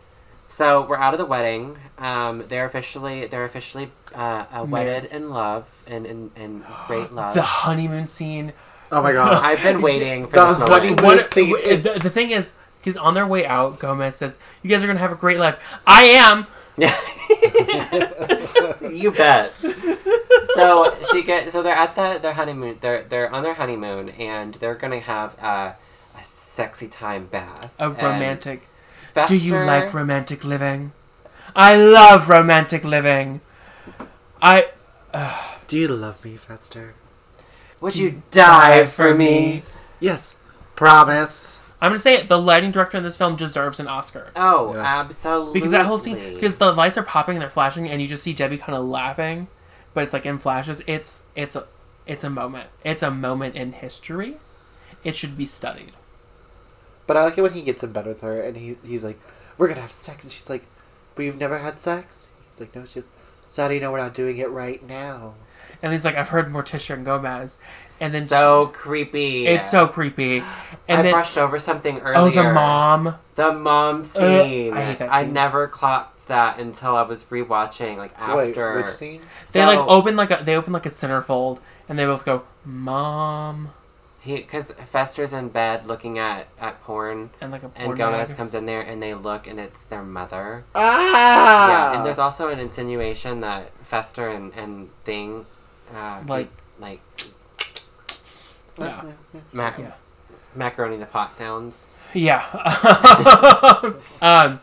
So we're out of the wedding. Um, they're officially they're officially uh, uh, wedded in love and in, in great love.
The honeymoon scene.
oh my gosh.
I've been waiting for
The
this moment.
honeymoon-
One,
Good scene is-
the, the thing is, because on their way out, Gomez says, "You guys are gonna have a great life." I am.
Yeah. you bet. so she get so they're at the their honeymoon. They're they're on their honeymoon and they're gonna have a, a sexy time bath.
A
And
romantic.
Fester,
Do you like romantic living? I love romantic living. I
Do you love me, Fester?
Would you die for me?
Yes. Promise.
I'm gonna say it. The lighting director in this film deserves an Oscar
Oh,
Yeah.
absolutely.
because that whole scene, because the lights are popping and they're flashing, and you just see Debbie kind of laughing, but it's like in flashes. It's it's a it's a moment. It's a moment in history. It should be studied.
But I like it when he gets in bed with her and he, he's like, We're gonna have sex. And she's like, We've never had sex? He's like, No, she's so how do you know we're not doing it right now?
And he's like, I've heard Morticia and Gomez, and then
so creepy.
It's so creepy. And
I
then
brushed over something earlier.
oh, the mom. Uh,
The mom scene.
I hate that scene.
never clocked that until I was rewatching, like after.
Wait, which scene?
They like
So-
open like a they open like a centerfold, and they both go mom
He, because Fester's in bed looking at at porn,
and like a
and
porn
Gomez
mag.
comes in there, and they look, and it's their mother.
Ah!
Yeah, and there's also an insinuation that Fester and and Thing, uh,
Like-
like
Yeah,
mac-
Yeah.
macaroni to pot sounds.
yeah. um,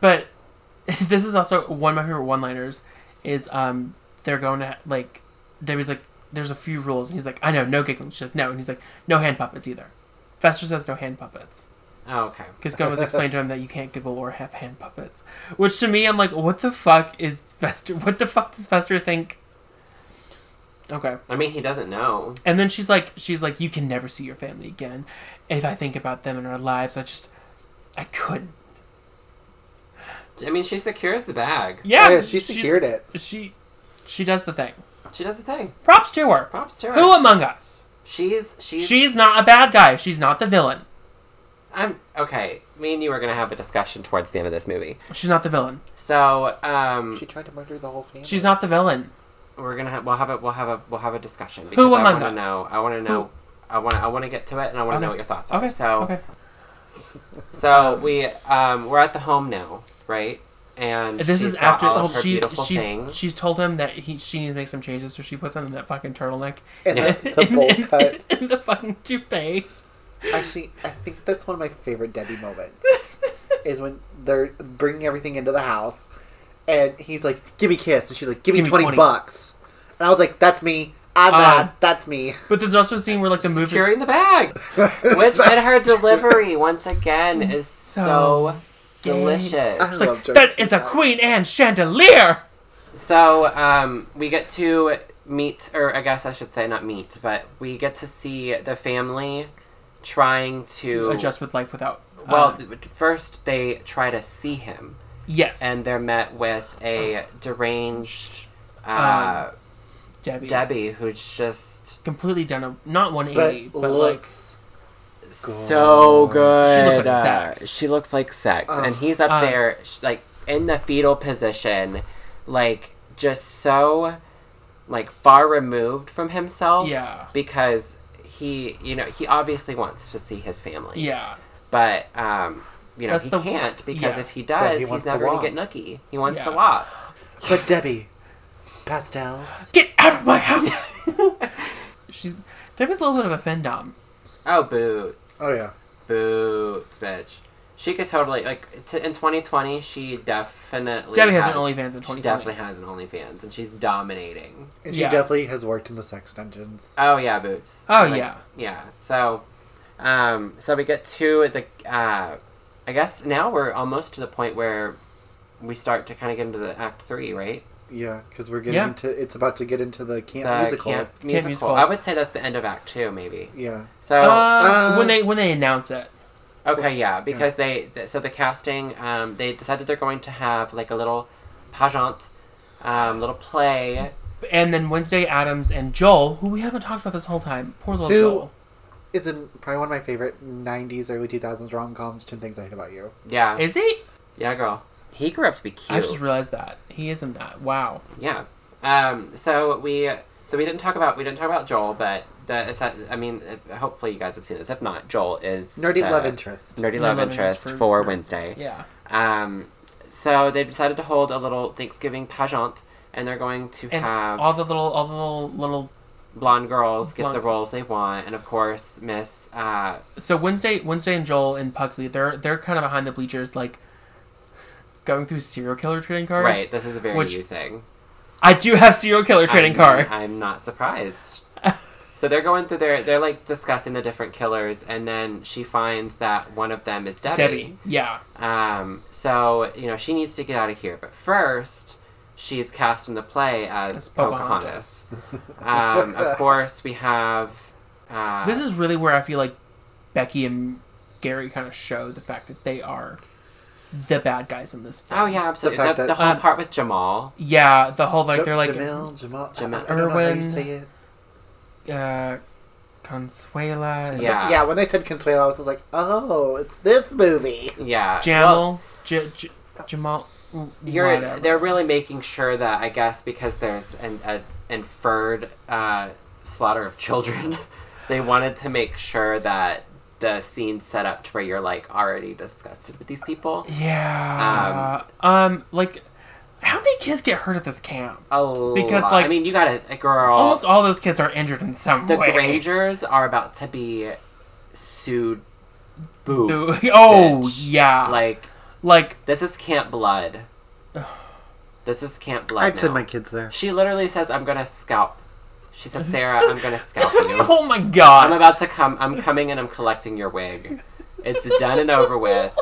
but this is also one of my favorite one-liners. Is um they're going to like Debbie's like there's a few rules, and he's like I know no giggling. She's like no, and he's like no hand puppets either. Fester says no hand puppets.
Oh, okay.
Because Gomez explained to him that you can't giggle or have hand puppets. Which to me, I'm like, what the fuck is Fester? What the fuck does Fester think? Okay.
I mean, he doesn't know.
And then she's like, she's like, you can never see your family again. If I think about them and our lives, I just, I couldn't.
I mean, she secures the bag.
Yeah,
Oh, yeah, she secured it.
it. She, she does the thing.
She does the thing.
Props to her.
Props to her.
Who among us?
She's she's.
She's not a bad guy. She's not the villain.
I'm okay. Me and you are gonna have a discussion towards the end of this movie.
She's not the villain.
So um,
She tried to murder the whole family.
She's not the villain.
we're gonna have we'll have a we'll have a we'll have a discussion. because I
among
wanna
us?
Know, I want to know. I want to I want to get to it, and I want to know
Okay.
what your thoughts are.
Okay.
So
okay.
so we um we're at the home now, right? And
This
she's
is
got
after
all
oh,
of her
she
beautiful
she's
things.
she's told him that he she needs to make some changes, so she puts on that fucking turtleneck
And
Yeah.
the, the bowl
in,
cut.
in the fucking toupee.
Actually, I think that's one of my favorite Debbie moments. is when they're bringing everything into the house, and he's like, "Give me kiss," and she's like, "Give me,
Give me
20,
20.
bucks," and I was like, "That's me. I'm
Um,
mad. That's me."
But there's also a scene where like the movie
securing the bag, which and her delivery once again is so,
gay. Uh-huh.
delicious.
I
it's
love
like
Joe
that is a
Quinn.
Queen Anne chandelier.
So um, we get to meet, or I guess I should say not meet, but we get to see the family trying to
Adjust with life without.
Well,
uh,
th- first they try to see him,
yes,
and they're met with a deranged uh,
Um, Debbie
Debbie who's just
completely done a not 180,
But,
but,
looks.
so good. Uh,
She looks like sex.
She looks like sex,
Ugh.
and he's up
Um,
there, sh- like in the fetal position, like just so, like far removed from himself.
like yeah,
because he, you know, he obviously wants to see his family.
yeah,
but um, you know,
That's
he
the-
can't because
yeah.
if he
But
does,
he
he's
wants the
never gonna
wop.
get nookie. He wants the
Yeah.
wop.
But Debbie, pastels.
get out of my house. She's Debbie's a little bit of a fendom.
Oh, boots.
Oh yeah.
boots, bitch. She could totally like t- in 2020. She definitely
Debbie has an OnlyFans in
She
2020.
definitely has an OnlyFans, and she's dominating.
And she
Yeah.
definitely has worked in the sex dungeons.
Oh yeah, boots.
Oh,
Like,
yeah.
yeah. So, um, so we get to the. Uh, I guess now we're almost to the point where we start to kind of get into the act three, right?
yeah, because we're getting
Yeah.
into. It's about to get into the camp
the
musical.
Camp musical.
musical.
I would say that's the end of Act Two, maybe.
Yeah.
So
Uh,
Uh,
when they when they announce it,
okay, yeah, because they th- so the casting um, they decided they're going to have like a little pageant, um, little play
And then Wednesday Adams and Joel, who we haven't talked about this whole time. Poor little
Who-
Joel.
Is in probably one of my favorite '90s, early 2000s rom coms. Ten Things I Hate About You.
Yeah.
Is he?
yeah, girl. He grew up to be cute.
I just realized that he isn't that. Wow.
Yeah. Um, so we so we didn't talk about we didn't talk about Joel, but the is that- I mean, if- hopefully you guys have seen this. If not, Joel is
Nerdy
the
love interest.
Uh, nerdy love
love interest
interest
for-
for,
for-
Wednesday.
Yeah.
Um, so they've decided to hold a little Thanksgiving pageant, and they're going to
And
have
all the little, all the little, little.
blonde girls get the
Blonde-
roles they want, and of course Miss uh,
So Wednesday, Wednesday and Joel and Pugsley, they're they're kind of behind the bleachers, like going through serial killer trading cards.
right. This is a very
Which-
you thing.
I do have serial killer trading
I'm,
cards.
I'm not surprised. so they're going through their they're like discussing the different killers, and then she finds that one of them is
Debbie. Yeah.
Um, so you know she needs to get out of here, but first she's cast in the play as
That's Pocahontas.
Pocahontas. um, of course, we have. Uh,
This is really where I feel like Becky and Gary kind of show the fact that they are the bad guys in this. Film.
Oh yeah, absolutely.
The
The,
fact that-
the whole
Um,
part with Jamal.
Yeah, the whole like they're like
Jamil, Jamal,
Jamil.
I don't know how you
Irwin.
say it.
uh Consuela and
Yeah.
Yeah, when they said Consuelo, I was just like, oh, it's this movie.
Yeah.
Jamal
Well,
J- J- Jamal
you're
whatever.
they're really making sure that I guess because there's an a inferred uh, slaughter of children, they wanted to make sure that the scene's set up to where you're like already disgusted with these people.
Yeah. Um, like how many kids get hurt at this camp?
Oh,
Because, like,
I mean, you got a, a girl.
Almost all those kids are injured in some
Uh, The
way.
Grangers are about to be sued. Boo.
The- oh
bitch.
yeah. Like,
Like this is Camp Blood. This is Camp Blood.
I'd send
now.
my kids there.
She literally says, "I'm gonna scalp." She says, "Sarah, I'm gonna scalp you.
Oh my god.
I'm about to come. I'm coming and I'm collecting your wig. It's done and over with."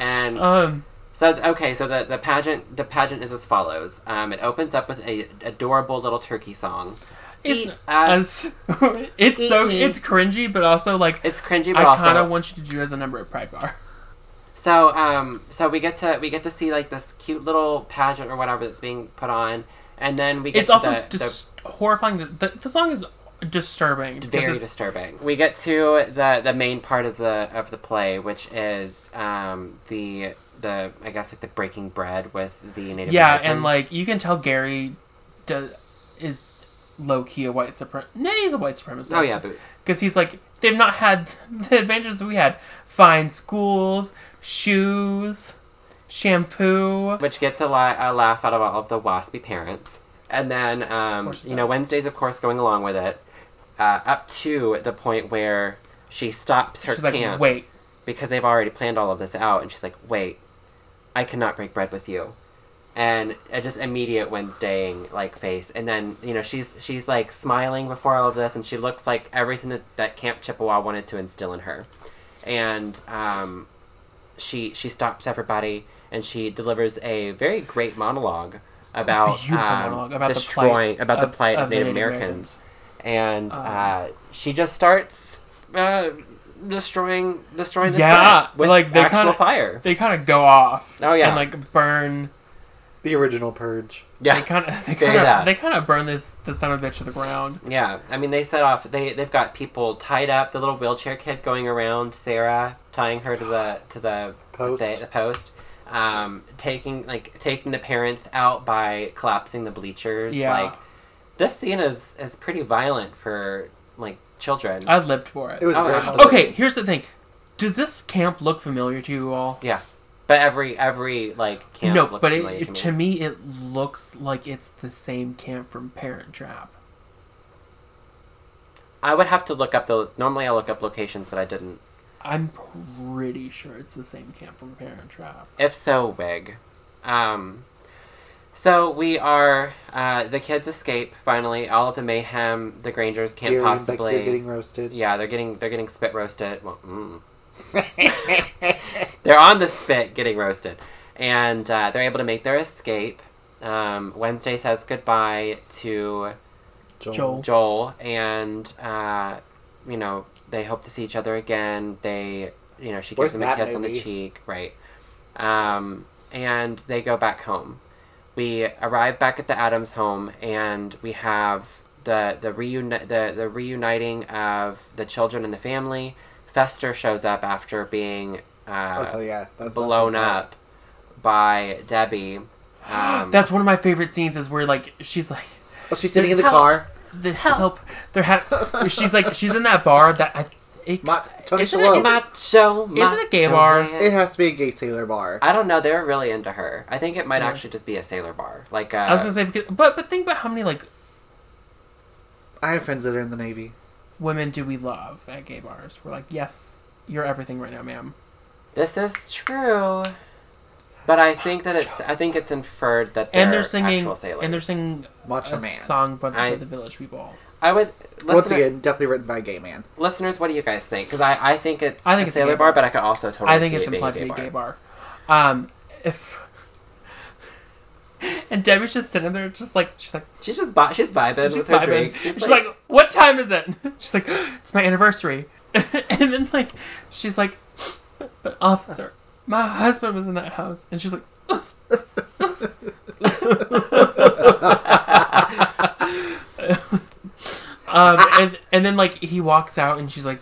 And
um
so okay, so the, the pageant the pageant is as follows. Um, it opens up with a adorable little turkey song.
it's
Eat us.
as- it's so
Mm-mm.
it's cringy but also like
It's cringy, but
I
also
kind of want you to do it as a number at Pride Bar.
So um so we get to we get to see like this cute little pageant or whatever that's being put on and then we get
It's
to
also
the, the-
just horrifying. to- The, the song is disturbing. because
very
it's-
disturbing. We get to the the main part of the of the play which is um the the I guess like the breaking bread with the Native
Yeah,
Americans.
and like you can tell Gary does, is low key a white supremacist. Nah, he's a white supremacist.
Oh yeah, boots.
because he's like they've not had the advantages we had: fine schools, shoes, shampoo.
Which gets a, la- a laugh out of all of the waspy parents. And then um
course it
you know
does.
Wednesday's of course going along with it uh, up to the point where she stops her
She's like,
camp.
wait,
because they've already planned all of this out and she's like wait i cannot break bread with you and uh, just immediate wednesdaying like face and then you know she's she's like smiling before all of this and she looks like everything that, that camp chippewa wanted to instill in her and um, she she stops everybody and she delivers a very great monologue about
beautiful
um,
monologue about
destroying
the plight
about the plight of,
the
Native, Americans and uh, she just starts uh, destroying destroying the
Yeah,
set with
like, they
actual
kinda-
fire.
They kind of go off.
Oh, yeah.
and like burn.
The original Purge.
Yeah,
They kind of they
Very
kind of
that.
they kind of burn this the son of a bitch to the ground.
yeah. I mean, they set off. They they've got people tied up. The little wheelchair kid going around Sarah, tying her to the to the
Post.
The, the post. Um, taking like taking the parents out by collapsing the bleachers.
Yeah.
Like this scene is is pretty violent for like children.
I lived for it.
It was
Oh,
great.
absolutely.
okay. Here's the thing: Does this camp look familiar to you all?
yeah, but every every like camp
no,
looks
but it,
familiar
it-
to
to
me.
me, it looks like it's the same camp from Parent Trap.
I would have to look up the. Normally, I look up locations, but I didn't.
I'm pretty sure it's the same camp from Parent Trap.
If so, wig. Um, so we are. Uh, the kids escape finally. All of the mayhem. The Grangers can't
Gary and Becky are
possibly.
getting roasted.
yeah, they're getting they're getting spit roasted. Well, mm. they're on the spit getting roasted, and uh, they're able to make their escape. Um, Wednesday says goodbye to
Joel.
Joel and uh, you know they hope to see each other again. They you know she
Where's
gives him a
that
kiss on the
movie?
cheek, right? Um, and they go back home. we arrive back at the Adams home, and we have the the reuni- the, the reuniting of the children and the family. Fester shows up after being uh,
Oh, so yeah, that's
blown up by Debbie. Um,
That's one of my favorite scenes is where like she's like
Oh, she's sitting in the
Help.
car.
the help, they're ha- she's like she's in that bar that I it,
Ma- Tony
Isn't it-
Shalhoub.
isn't
macho,
it a
macho
gay bar?
man.
It has to be a gay sailor bar.
I don't know. They were really into her. I think it might
Yeah.
actually just be a sailor bar, like uh,
I was gonna say because, but but think about how many like
I have friends that are in the Navy.
women do we love at gay bars? We're like yes, you're everything right now, ma'am.
this is true. But I think that it's I think it's inferred that they're
and they're singing
actual sailors.
and they're singing
Macho
a
man.
song by the,
I-
by the Village People.
I would
Once
listener-
again, definitely written by a gay man.
listeners. What do you guys think? Because I, I think it's
I think
a
it's a
sailor
gay
bar,
bar.
but I could also totally.
I think
see
it's
it being
implied to be a
bar.
gay bar. Um, if and Debbie's just sitting there, just like she's like
She's just bi- she's vibing
she's
with her
vibing.
drink.
She's, like, "What time is it?" She's like, "It's my anniversary," and then like she's like, "But officer, my husband was in that house," and she's like. um and and then like he walks out and she's like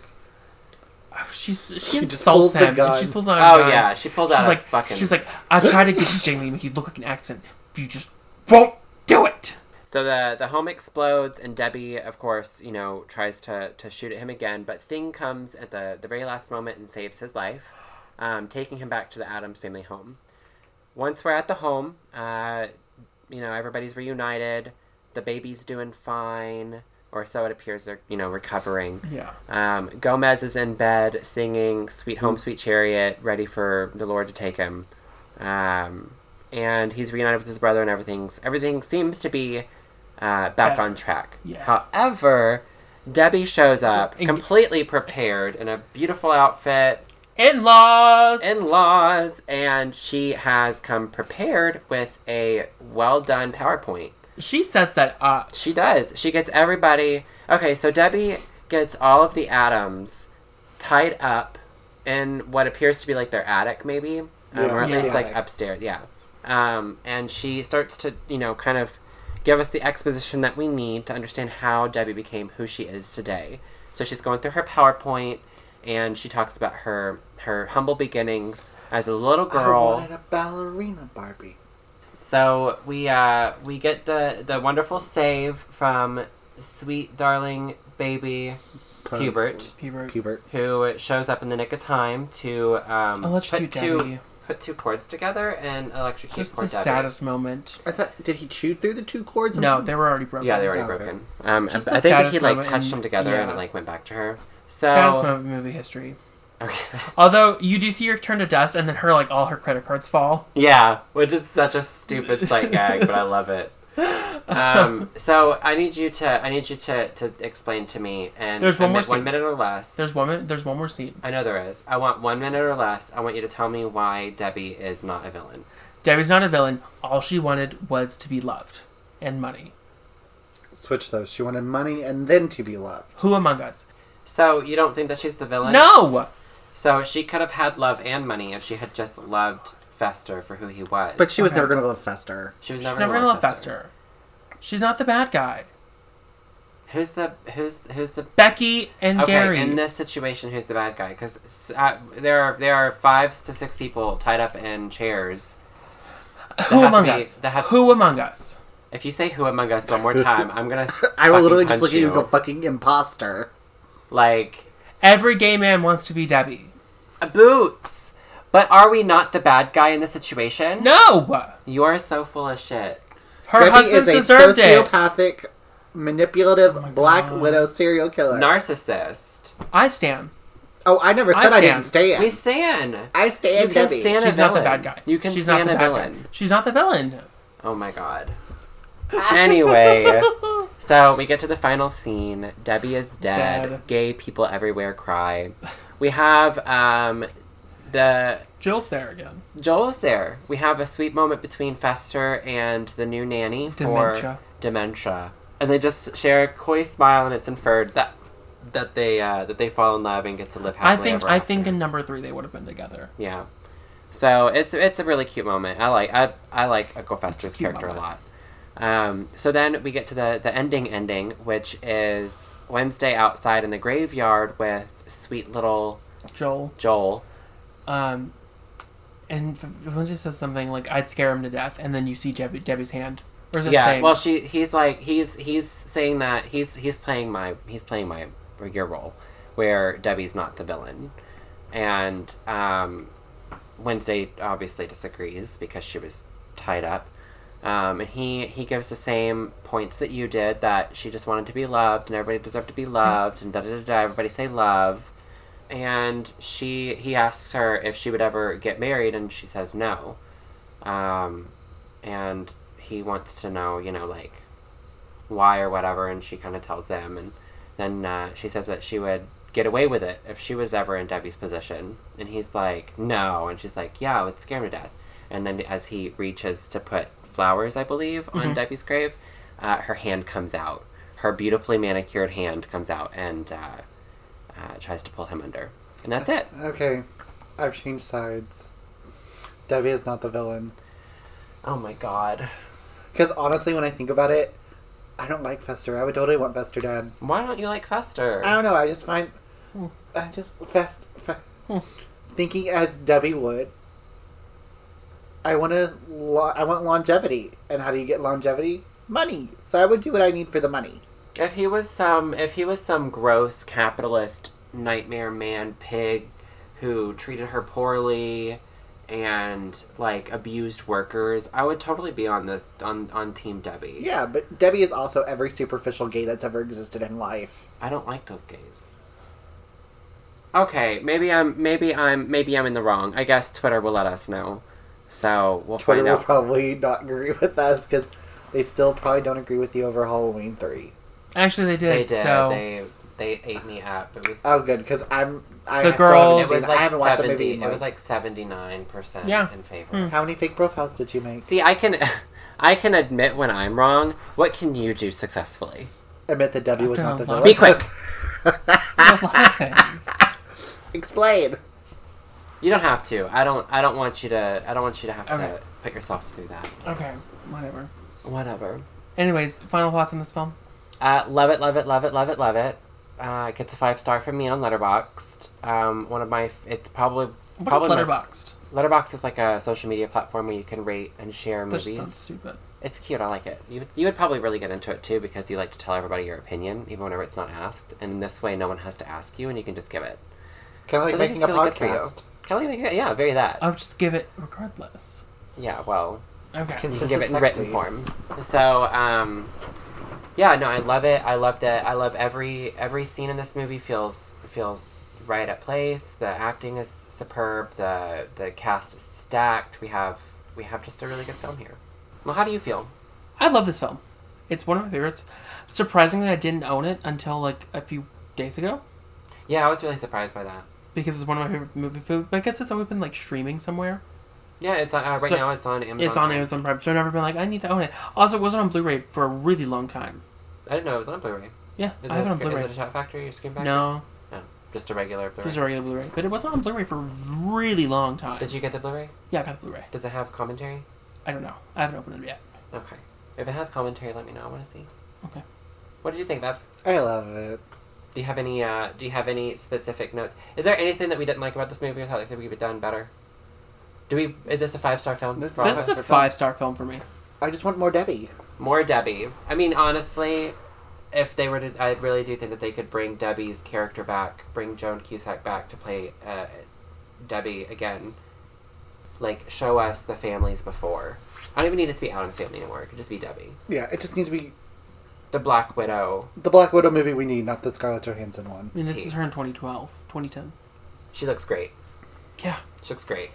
oh, she's she,
She just
insults
pulled the
him and
gun.
she's pulled out a
oh
gun.
yeah, she pulled
She's
out
like,
a fucking.
she's like, I tried to get you, Jamie, make you look like an accent. You just won't do it.
So the the home explodes, and Debbie, of course, you know, tries to to shoot at him again, but Thing comes at the the very last moment and saves his life, um, taking him back to the Adams family home. Once we're at the home, uh, you know, everybody's reunited. The baby's doing fine, or so it appears. They're you know recovering.
Yeah.
Um, Gomez is in bed singing "Sweet Home, Sweet Chariot," ready for the Lord to take him. Um, and he's reunited with his brother, and everything's everything seems to be uh, back
Better.
on track.
Yeah.
However, Debbie shows up
and-
completely prepared in a beautiful outfit,
In laws.
in laws, and she has come prepared with a well done PowerPoint.
she sets that uh, up.
She does. She gets everybody. Okay, so Debbie gets all of the atoms tied up in what appears to be like their attic, maybe, um, or at
Yeah.
least like
Yeah.
upstairs. Yeah. Um, and she starts to, you know, kind of give us the exposition that we need to understand how Debbie became who she is today. So she's going through her PowerPoint, and she talks about her her humble beginnings as a little girl.
I wanted a ballerina Barbie.
So we uh, we get the the wonderful save from sweet darling baby
Pugs.
Hubert,
Pubert.
Hubert.
who shows up in the nick of time to um,
Electrocute
put two
Oh, Debbie.
put two cords together and electrocute
Just
poor
the
Debbie.
saddest moment.
I thought, did he chew through the two cords?
No, they were already broken.
Yeah, they were already
Okay.
broken. Um,
Just
I
the
think that he
saddest
like
moment
touched
in-
them together and it
yeah.
like went back to her. So
Saddest moment in movie history.
okay.
Although you do see her turn to dust, and then her like all her credit cards fall.
Yeah, which is such a stupid sight gag, but I love it. Um, so I need you to I need you to, to explain to me and
There's one
in
more
one
scene.
minute or less.
There's one. min- There's one more scene.
I know there is. I want one minute or less. I want you to tell me why Debbie is not a villain.
Debbie's not a villain. All she wanted was to be loved and money.
Switch those. She wanted money and then to be loved.
Who among us?
So you don't think that she's the villain?
No.
So she could have had love and money if she had just loved Fester for who he was.
But she was
Okay.
never going to love Fester.
she was
She's
never,
never
gonna
gonna love Fester. She's not the bad guy.
Who's the who's who's the
Becky and
okay
Gary.
in this situation? Who's the bad guy? Because uh, there are there are five to six people tied up in chairs.
Who
have to
among
be-
us?
that have-
Who among us?
If you say "Who among us" one more time, I'm gonna. s-
I will
fucking
literally just
punch
look at you and go, fucking imposter.
like
Every gay man wants to be Debbie.
boots. But are we not the bad guy in this situation?
No,
You are so full of shit.
her
Debbie
husband
is a
deserved it.
sociopathic, manipulative, black
God.
widow serial killer.
Narcissist.
I stand.
oh, I never
I
said I,
stand.
didn't stand.
We stand.
I stand
You can
Debbie.
stand- a
She's not the
villain.
bad guy.
You can
She's
stand a
not the bad
villain.
Guy. She's not the villain.
Oh my god. anyway, so we get to the final scene. Debbie is dead.
Dead.
Gay people everywhere cry. We have um the
Jill's there again.
Joel is there. We have a sweet moment between Fester and the new nanny
Dementia.
for dementia, and they just share a coy smile, and it's inferred that that they uh, that they fall in love and get to live
I
happily
think.
ever
I
after.
think in number three they would have been together.
yeah. So it's it's a really cute moment. I like I I like Uncle Festus'
cute
character
moment.
a lot. Um, so then we get to the the ending ending, which is Wednesday outside in the graveyard with sweet little
Joel.
Joel.
Um, and Lindsay says something like, "I'd scare him to death," and then you see Debbie, Debbie's hand. Or is it
Yeah,
thing?
well she he's like he's he's saying that he's he's playing my he's playing my or your role, where Debbie's not the villain, and um, Wednesday obviously disagrees because she was tied up. Um, and he he gives the same points that you did that she just wanted to be loved and everybody deserved to be loved and da da da da everybody say love, and she he asks her if she would ever get married and she says no, um, and he wants to know you know like why or whatever and she kind of tells them and then uh, she says that she would get away with it if she was ever in debbie's position and he's like no and she's like yeah it would scare me to death and then as he reaches to put flowers i believe on debbie's grave uh, her hand comes out her beautifully manicured hand comes out and uh, uh, tries to pull him under and that's it
Okay, I've changed sides. Debbie is not the villain.
oh my god
Because honestly, when I think about it, I don't like Fester. I would totally want Fester dead.
why don't you like fester
I don't know. I just find
Hmm.
I just fest, fe- thinking as Debbie would. I want to. Lo- I want longevity, and how do you get longevity? Money. So I would do what I need for the money.
If he was some, if he was some gross capitalist nightmare man pig, who treated her poorly, and like abused workers, I would totally be on the on on Team Debbie.
Yeah, but Debbie is also every superficial gay that's ever existed in life.
I don't like those gays. Okay, maybe I'm maybe I'm maybe I'm in the wrong. I guess Twitter will let us know, so we'll
Twitter
find
will
out.
probably not agree with us because they still probably don't agree with you over Halloween three.
actually, they did.
they did.
So
They they ate me up. It was
Oh, good because I'm. I,
The
I still haven't
girls-
it
seen
was
it.
like
Oh, I haven't watched that movie.
seventy.
in
It was
months.
like seventy nine percent
Yeah. Hmm.
in favor.
how many fake profiles did you make?
See, I can, I can admit when I'm wrong. What can you do successfully?
Admit that Debbie was
done
not
a
the
lot
villain.
of-
Be quick.
Relax.
Explain.
You don't have to. I don't. I don't want you to. I don't want you to have
Okay.
to put yourself through that.
okay, whatever.
Whatever.
Anyways, final thoughts on this film.
Uh, love it. Love it. Love it. Love it. Love it. Uh, it gets a five star from me on Letterboxd. Um, one of my. f- It's probably.
What is
probably my-
Letterboxd?
Letterboxd is like a social media platform where you can rate and share
That just
movies.
sounds stupid.
It's cute. I like it. You, you would probably really get into it too because you like to tell everybody your opinion, even whenever it's not asked. And this way, no one has to ask you, and you can just give it.
Kind of like
So I think
making
it's
a
really good for you.
podcast.
Kind of like making, yeah, very that.
I'll just give it regardless.
yeah, well,
Okay.
Can-
you can
Such
give
a
it in written
sexy-
form. So, um, yeah, no, I love it. I love that. I love every every scene in this movie feels feels right at place. The acting is superb. The the cast is stacked. We have we have just a really good film here. Well, how do you feel?
I love this film. It's one of my favorites. Surprisingly, I didn't own it until like a few days ago
Yeah, I was really surprised by that.
because it's one of my favorite movie food. But I guess it's always been like streaming somewhere.
Yeah, it's on, uh, right
So-
now. It's on Amazon.
It's on
Prime.
Amazon Prime, so I've never been like I need to own it. Also, it wasn't on Blu-ray for a really long time.
I didn't know it was on Blu-ray.
Yeah,
Is,
I
it,
have
a
it on
screen- is
Blu-ray.
it a Shout Factory or Screen Factory?
No,
no, just a regular Blu-ray.
just a regular Blu-ray, but it wasn't on Blu-ray for a really long time.
Did you get the Blu-ray?
Yeah, I got the Blu-ray.
Does it have commentary?
I don't know. I haven't opened it yet.
Okay. If it has commentary, let me know. I want to see.
Okay.
What did you think, Bev?
I love it.
Do you have any? Uh, do you have any specific notes? Is there anything that we didn't like about this movie? Or thought that we could have done better? Do we? Is this a five star film?
This is-
Rob?
this is
that's
a
for film.
five-star film for me.
I just want more Debbie.
More Debbie. I mean, honestly, if they were to, I really do think that they could bring Debbie's character back, bring Joan Cusack back to play uh, Debbie again. Like, show us the families before. I don't even need it to be Adam's family anymore. It could just be Debbie.
Yeah, it just needs to be
The Black Widow.
the Black Widow movie we need, not the Scarlett Johansson one.
I mean, this
Tea.
is her in 2012, 2010.
She looks great.
Yeah.
She looks great.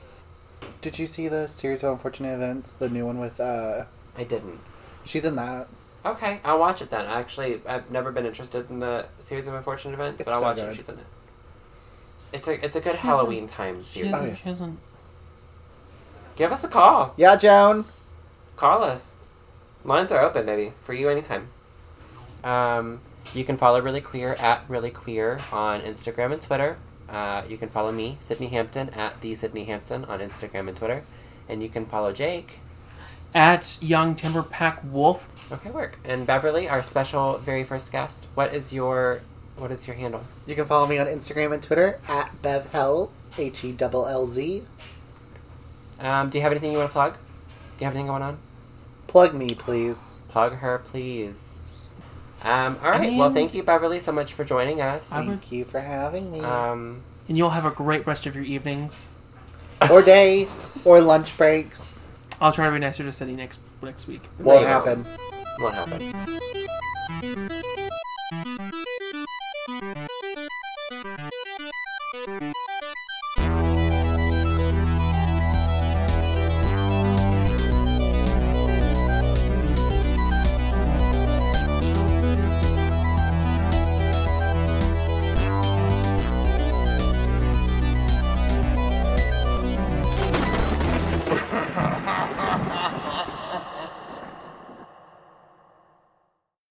Did you see the series of unfortunate events? The new one with uh,
I didn't.
she's in that.
Okay, I'll watch it then. I actually I've never been interested in the series of unfortunate events, but
It's
I'll
so
watch it if
good.
she's in it. It's a it's a good
She's in-
Halloween time
She
series.
hasn't.
yeah.
She hasn't.
Give us a call.
Yeah, Joan.
Call us. Lines are open, baby, for you anytime. Um, you can follow Really Queer at Really Queer on Instagram and Twitter. Uh, you can follow me, Sydney Hampton, at the Sydney Hampton on Instagram and Twitter, and you can follow Jake
At Young Timber Pack Wolf.
Okay, work. And Beverly, our special very first guest, what is your what is your handle?
You can follow me on Instagram and Twitter at Bev Hells, H E L L Z.
Um, do you have anything you want to plug? Do you have anything going on?
Plug me, please.
Plug her, please. Um, all right.
mean-
well, thank you, Beverly, so much for joining us.
I would-
Thank you for having me.
Um,
And you'll have a great rest of your evenings.
or days, or lunch breaks.
I'll try to be nicer to Cindy next next week.
Won't
Later.
happen.
what happened?